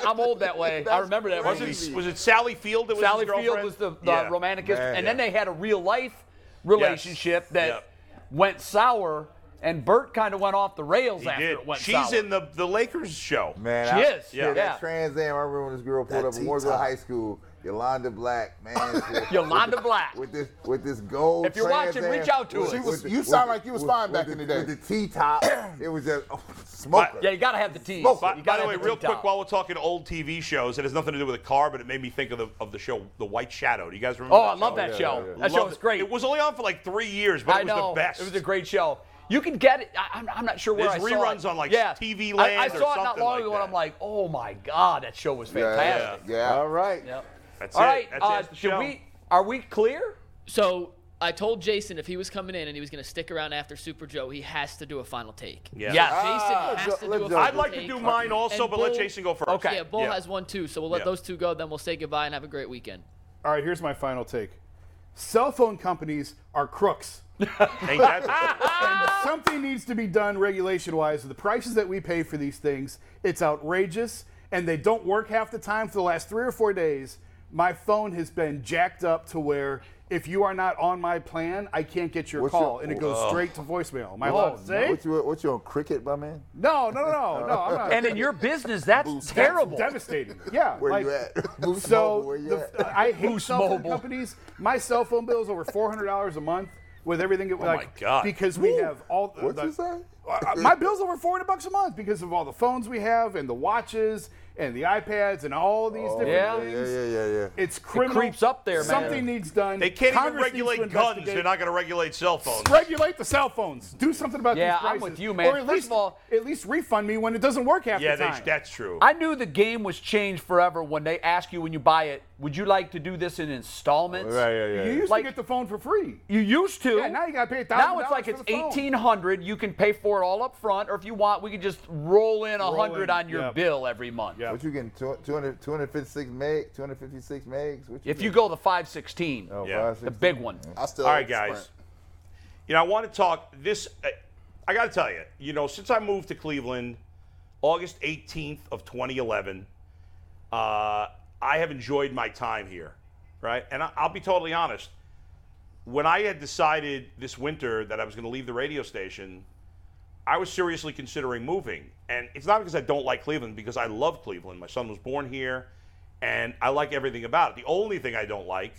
I'm old that way. I
That's
remember that.
Was
movie.
it, was it Sally Field that was
Sally
his girlfriend?
Field was the, the
Yeah.
romantic history.
Man.
And then they had a real life relationship that
Yep.
went sour, and Bert kind of went off the rails
He
after
did.
it went
She's
sour.
in the the Lakers show.
Man,
She
I,
is.
Yeah,
Yeah.
that Trans Am. I remember when this girl pulled
That
up in Warville
T-top.
High School. Yolanda Black, man. with-
Yolanda
with-
Black.
With this, with this gold.
If you're
Trans
watching,
Am.
reach out to
With-
us. She
with
was-
the-
you
with
sound
the-
like you was
with-
fine
with
back
the-
in the day.
With the T top, it was just oh, smoker.
yeah, you got to have the tease.
By,
Oh, You
by
gotta
the way,
have
real
tease.
quick, while we're talking old TV shows, it has nothing to do with a car, but it made me think of the of the show The White Shadow. Do you guys remember?
Oh,
that
I love
show?
that
yeah,
show.
yeah, yeah.
That show
Loved
was
it.
great.
It was only on for like three years, but
I
it was
know.
the best.
It was a great show. You can get it. I, I'm, I'm not sure where
There's
I saw it.
reruns on, like,
yeah. I-
TV
I,
Land or
saw it not
something
long
like
ago,
that.
and I'm like, oh my god, that show was fantastic.
All
Yeah.
right.
Yep.
That's
All
it.
right,
That's it.
uh,
That's the
did
show.
we? Are we clear?
So I told Jason if he was coming in and he was going to stick around after Super Joe, he has to do a final take.
Yeah.
Yes.
Jason
Ah,
has
let's
to
go-
do a
let's
final
go.
I'd like to
take.
do mine also,
And
but let
Bull-
Jason go first.
Okay.
Yeah, Bull has one too, so we'll let
Yeah.
those two go. Then we'll say goodbye and have a great weekend.
All right, here's my final take. Cell phone companies are crooks.
Ain't that-
Something needs to be done regulation wise. The prices that we pay for these things, it's outrageous, and they don't work half the time for the last three or four days. My phone has been jacked up to where if you are not on my plan, I can't get your
What's
call,
your-
and it goes straight to voicemail. My
Oh,
phone. See?
What you, what you on cricket, my man?
No, no, no, no. I'm not.
And in your business, that's terrible.
devastating. Yeah.
Where
like,
you at? Boost
so
Mobile, where you
the-
at?
I hate cell phone
Mobile.
companies. My cell phone bill is over four hundred dollars a month with everything. That, oh
my
like,
God.
Because we have all. The,
What'd
the-
you say?
Uh, my bill's over four hundred bucks a month because of all the phones we have and the watches and the iPads and all these different
Yeah.
things.
Oh, Yeah, yeah, yeah, yeah.
It's criminal.
creeps up there, man.
Something needs done.
They can't
Congress needs
even
to
regulate guns.
investigate.
They're not going to regulate cell phones.
Regulate the cell phones. Do something about
Yeah,
these
I'm
prices.
with you, man.
Or at
First
least,
of all-
at least refund me when it doesn't work half
Yeah,
the time.
they, that's true.
I knew the game was changed forever when they ask you when you buy it, would you like to do this in installments?
Right, yeah, yeah.
you used
Like-
to get the phone for free.
You used to.
Yeah, now you gotta pay
Now it's
$1,000
like
for
it's
the phone.
eighteen hundred. You can pay for it all up front, or if you want, we can just roll in a hundred
in,
on your
yep.
bill every month.
Yep.
What you getting? 200, 256 meg, 256 megs. What
If you
getting?
go the five sixteen,
Oh,
Yeah.
five,
the
six,
big one.
I still
All right,
Sprint.
guys. You know, I want to talk this. I, I got to tell you, you know, since I moved to Cleveland, August 18th of 2011, uh, I have enjoyed my time here, right? And I, I'll be totally honest. When I had decided this winter that I was going to leave the radio station, I was seriously considering moving. And it's not because I don't like Cleveland, because I love Cleveland. My son was born here, and I like everything about it. The only thing I don't like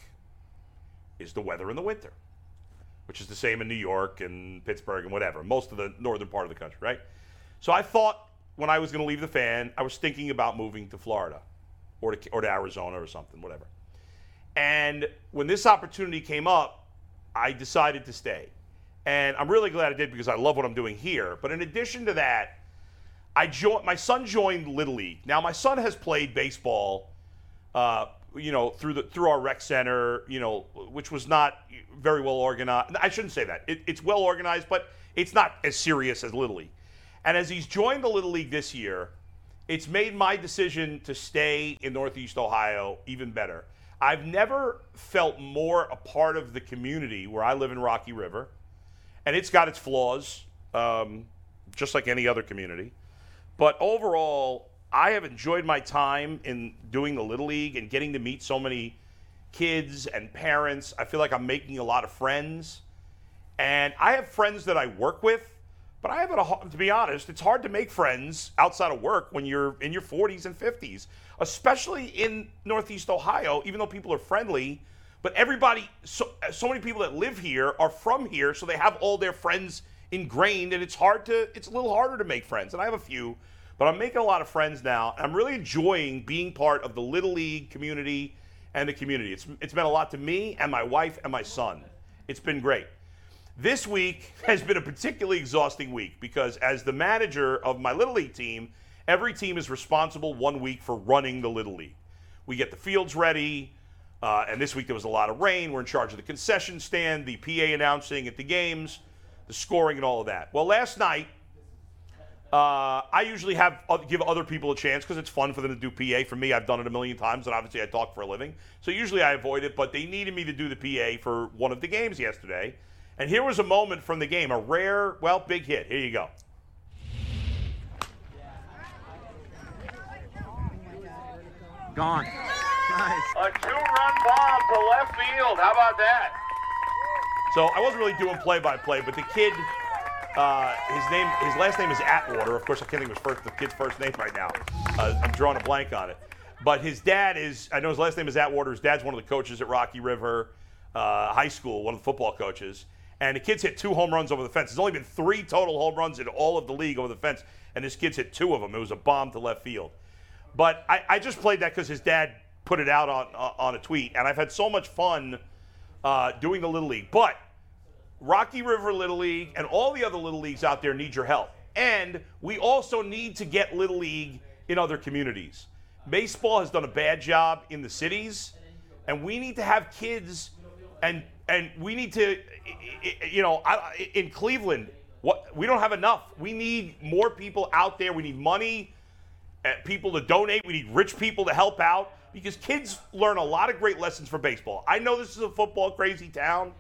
is the weather in the winter which is the same in New York and Pittsburgh and whatever, most of the northern part of the country, right? So I thought when I was going to leave the fan, I was thinking about moving to Florida or to, or to Arizona or something, whatever. And when this opportunity came up, I decided to stay. And I'm really glad I did because I love what I'm doing here. But in addition to that, I joined my son joined Little League. Now my son has played baseball uh, you know, through the through our rec center, you know, which was not very well organized. I shouldn't say that. It, it's well organized, but it's not as serious as Little League. And as he's joined the Little League this year, it's made my decision to stay in Northeast Ohio even better. I've never felt more a part of the community where I live in Rocky River, and it's got its flaws, um, just like any other community. But overall, I have enjoyed my time in doing the Little League and getting to meet so many kids and parents. I feel like I'm making a lot of friends. And I have friends that I work with, but I have it, a ho- to be honest, it's hard to make friends outside of work when you're in your 40s and 50s, especially in Northeast Ohio, even though people are friendly. But everybody, so, so many people that live here are from here, so they have all their friends ingrained, and it's hard to, it's a little harder to make friends. And I have a few, but I'm making a lot of friends now. And I'm really enjoying being part of the Little League community and the community. It's, it's meant a lot to me and my wife and my son. It's been great. This week has been a particularly exhausting week because, as the manager of my Little League team, every team is responsible one week for running the Little League. We get the fields ready, uh, and this week there was a lot of rain. We're in charge of the concession stand, the PA announcing at the games, the scoring, and all of that. Well, last night, uh, I usually have oth- give other people a chance because it's fun for them to do PA. For me, I've done it a million times, and obviously I talk for a living, so usually I avoid it. But they needed me to do the PA for one of the games yesterday, and here was a moment from the game, a rare, well, big hit. Here you go.
Gone. Nice.
A two-run bomb to left field. How about that? So I wasn't really doing play-by-play, but the kid, uh, his name, his last name is Atwater. Of course, I can't think of his first, the kid's first name right now. Uh, I'm drawing a blank on it. But his dad is, I know his last name is Atwater. His dad's one of the coaches at Rocky River uh, High School, one of the football coaches. And the kid's hit two home runs over the fence. There's only been three total home runs in all of the league over the fence, and this kid's hit two of them. It was a bomb to left field. But I, I just played that because his dad put it out on on a tweet, and I've had so much fun uh, doing the little league. But Rocky River Little League and all the other little leagues out there need your help, and we also need to get little league in other communities. Baseball has done a bad job in the cities, and we need to have kids, and and we need to, i- i- i- you know, I- I, in Cleveland, what we don't have enough. We need more people out there. We need money at people to donate. We need rich people to help out because kids learn a lot of great lessons from baseball. I know this is a football crazy town,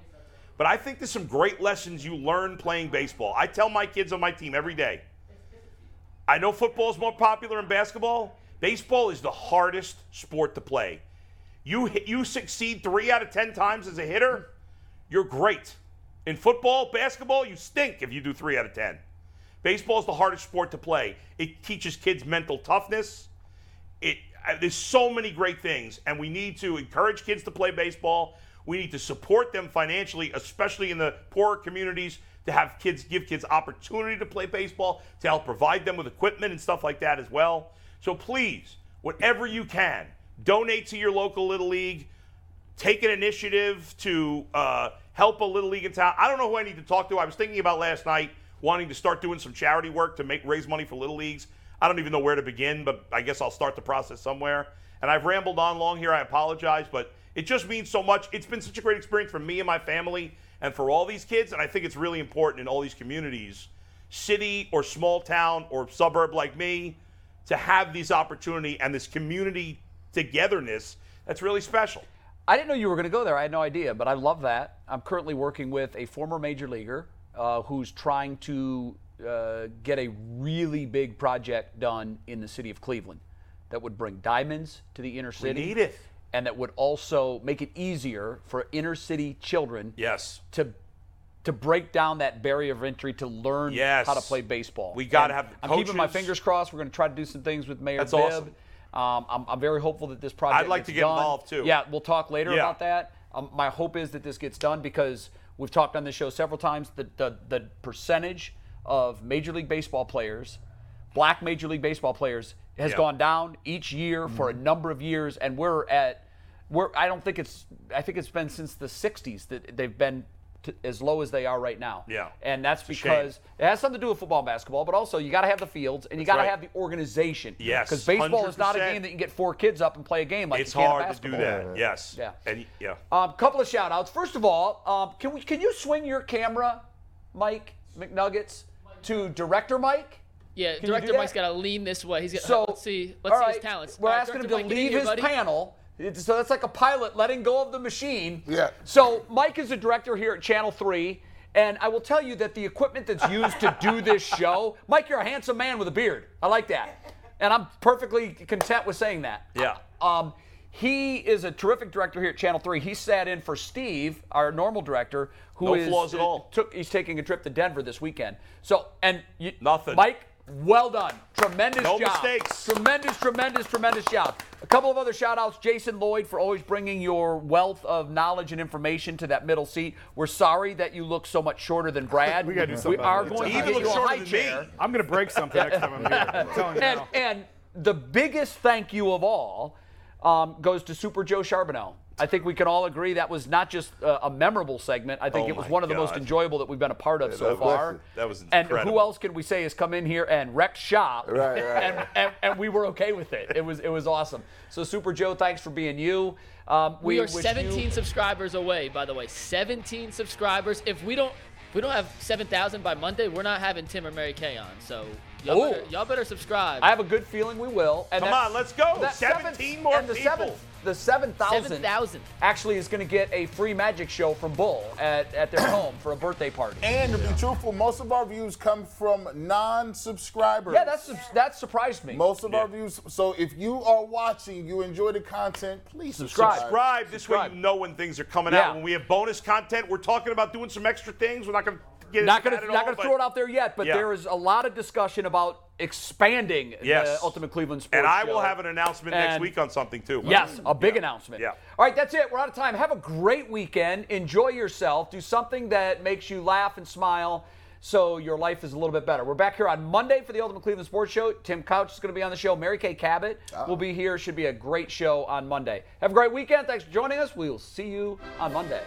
but I think there's some great lessons you learn playing baseball. I tell my kids on my team every day. I know football is more popular than basketball. Baseball is the hardest sport to play. You hit, you succeed three out of ten times as a hitter, you're great. In football, basketball, you stink if you do three out of ten. Baseball is the hardest sport to play. It teaches kids mental toughness. It I- there's so many great things, and we need to encourage kids to play baseball. We need to support them financially, especially in the poorer communities, to have kids give kids opportunity to play baseball, to help provide them with equipment and stuff like that as well. So please, whatever you can, donate to your local little league take an initiative to uh, help a little league in town. I don't know who I need to talk to. I was thinking about last night wanting to start doing some charity work to make raise money for little leagues. I don't even know where to begin, but I guess I'll start the process somewhere. And I've rambled on long here. I apologize, but it just means so much. It's been such a great experience for me and my family, and for all these kids. And I think it's really important in all these communities, city or small town or suburb like me, to have these opportunity and this community togetherness. That's really special.
I didn't know you were going to go there. I had no idea, but I love that. I'm currently working with a former major leaguer uh, who's trying to uh, get a really big project done in the city of Cleveland that would bring diamonds to the inner city.
need it.
And that would also make it easier for inner city children
Yes.
to to break down that barrier of entry to learn
Yes.
how to play baseball.
We
And
gotta have the
I'm keeping my
coaches.
fingers crossed. We're going to try to do some things with Mayor
That's
Bibb.
awesome.
Um, I'm, I'm very hopeful that this project.
I'd like
gets
to get
done.
involved, too.
Yeah, we'll talk later
Yeah.
about that. Um, my hope is that this gets done because we've talked on this show several times. The, the the percentage of Major League Baseball players, black Major League Baseball players, has
Yeah.
gone down each year for a number of years, and we're at we're I don't think it's I think it's been since the '60s that they've been t- as low as they are right now.
Yeah.
and that's
a shame.
because it has something to do with football and basketball, but also you got to have the fields and you got to
right.
have the organization.
Yes,
because baseball is not a
100%.
game that you can get four kids up and play a game like
it's
you can
hard to do
basketball.
that. Yes.
Yeah.
And yeah.
Um, couple of shout outs. First of all, um, can we can you swing your camera, Mike McNuggets, to director Mike?
Yeah,
you do
director
that?
Mike's got to lean this way. He's got.
So
let's see. Let's
all
see his
right,
talents.
We're
All right,
asking him
Director
to
Mike, get in
leave
here,
his
buddy.
panel. It's- So that's like a pilot letting go of the machine.
Yeah.
So Mike is the director here at Channel Three, and I will tell you that the equipment that's used to do this show, Mike, you're a handsome man with a beard. I like that, and I'm perfectly content with saying that.
Yeah.
Um, he is a terrific director here at Channel Three. He sat in for Steve, our normal director, who
No
is- uh,
flaws at all.
Took, he's taking a trip to Denver this weekend. So and you,
Nothing.
Mike, well done, tremendous
No
job.
mistakes.
Tremendous, tremendous, tremendous shout. A couple of other shout outs. Jason Lloyd for always bringing your wealth of knowledge and information to that middle seat. We're sorry that you look so much shorter than Brad.
We gotta do
We
something
are
about that.
going
He
to
even
get you
looks
a
shorter
high
than me.
chair.
I'm gonna break something next time I'm here. I'm telling you
And,
now.
and the biggest thank you of all um, goes to Super Joe Charbonneau. I think we can all agree that was not just uh, a memorable segment. I think
Oh
it was
my
one of the most
God.
enjoyable that we've been a part of so
that was-
far.
that was
And
incredible.
who else can we say has come in here and wrecked shop?
Right, right.
And, and, and we were okay with it. It was it was awesome. So Super Joe, thanks for being you. Um,
We, are
wish you-
17 subscribers away, by the way. 17 subscribers. If we don't, if we don't have 7,000 by Monday, we're not having Tim or Mary Kay on. So y'all,
Ooh.
better, y'all better subscribe.
I have a good feeling we will. And
Come
that's-
on, let's go.
that
17
seventh-
more
and the
people.
Seventh, the 7,000
7,000.
actually is going to get a free magic show from Bull at, at their home for a birthday party.
And to be truthful, most of our views come from non-subscribers.
yeah, that's that surprised me.
most of our views. So if you are watching, you enjoy the content, please
Subscribe.
subscribe.
Subscribe. This way
Subscribe.
you know when things are coming
Yeah.
out. When we have bonus content, we're talking about doing some extra things. We're not going to get
not
into
going
that
to
at
not
all,
going to
but-
throw it out there yet, but
Yeah.
there is a lot of discussion about expanding
Yes.
the Ultimate Cleveland Sports.
And I
Show.
will have an announcement next
And-
week on something too.
Yes, a big announcement.
Yeah.
All right, that's it. We're out of time. Have a great weekend. Enjoy yourself. Do something that makes you laugh and smile so your life is a little bit better. We're back here on Monday for the Ultimate Cleveland Sports Show. Tim Couch is going to be on the show. Mary Kay Cabot
Ah.
will be here. Should be a great show on Monday. Have a great weekend. Thanks for joining us. We will see you on Monday.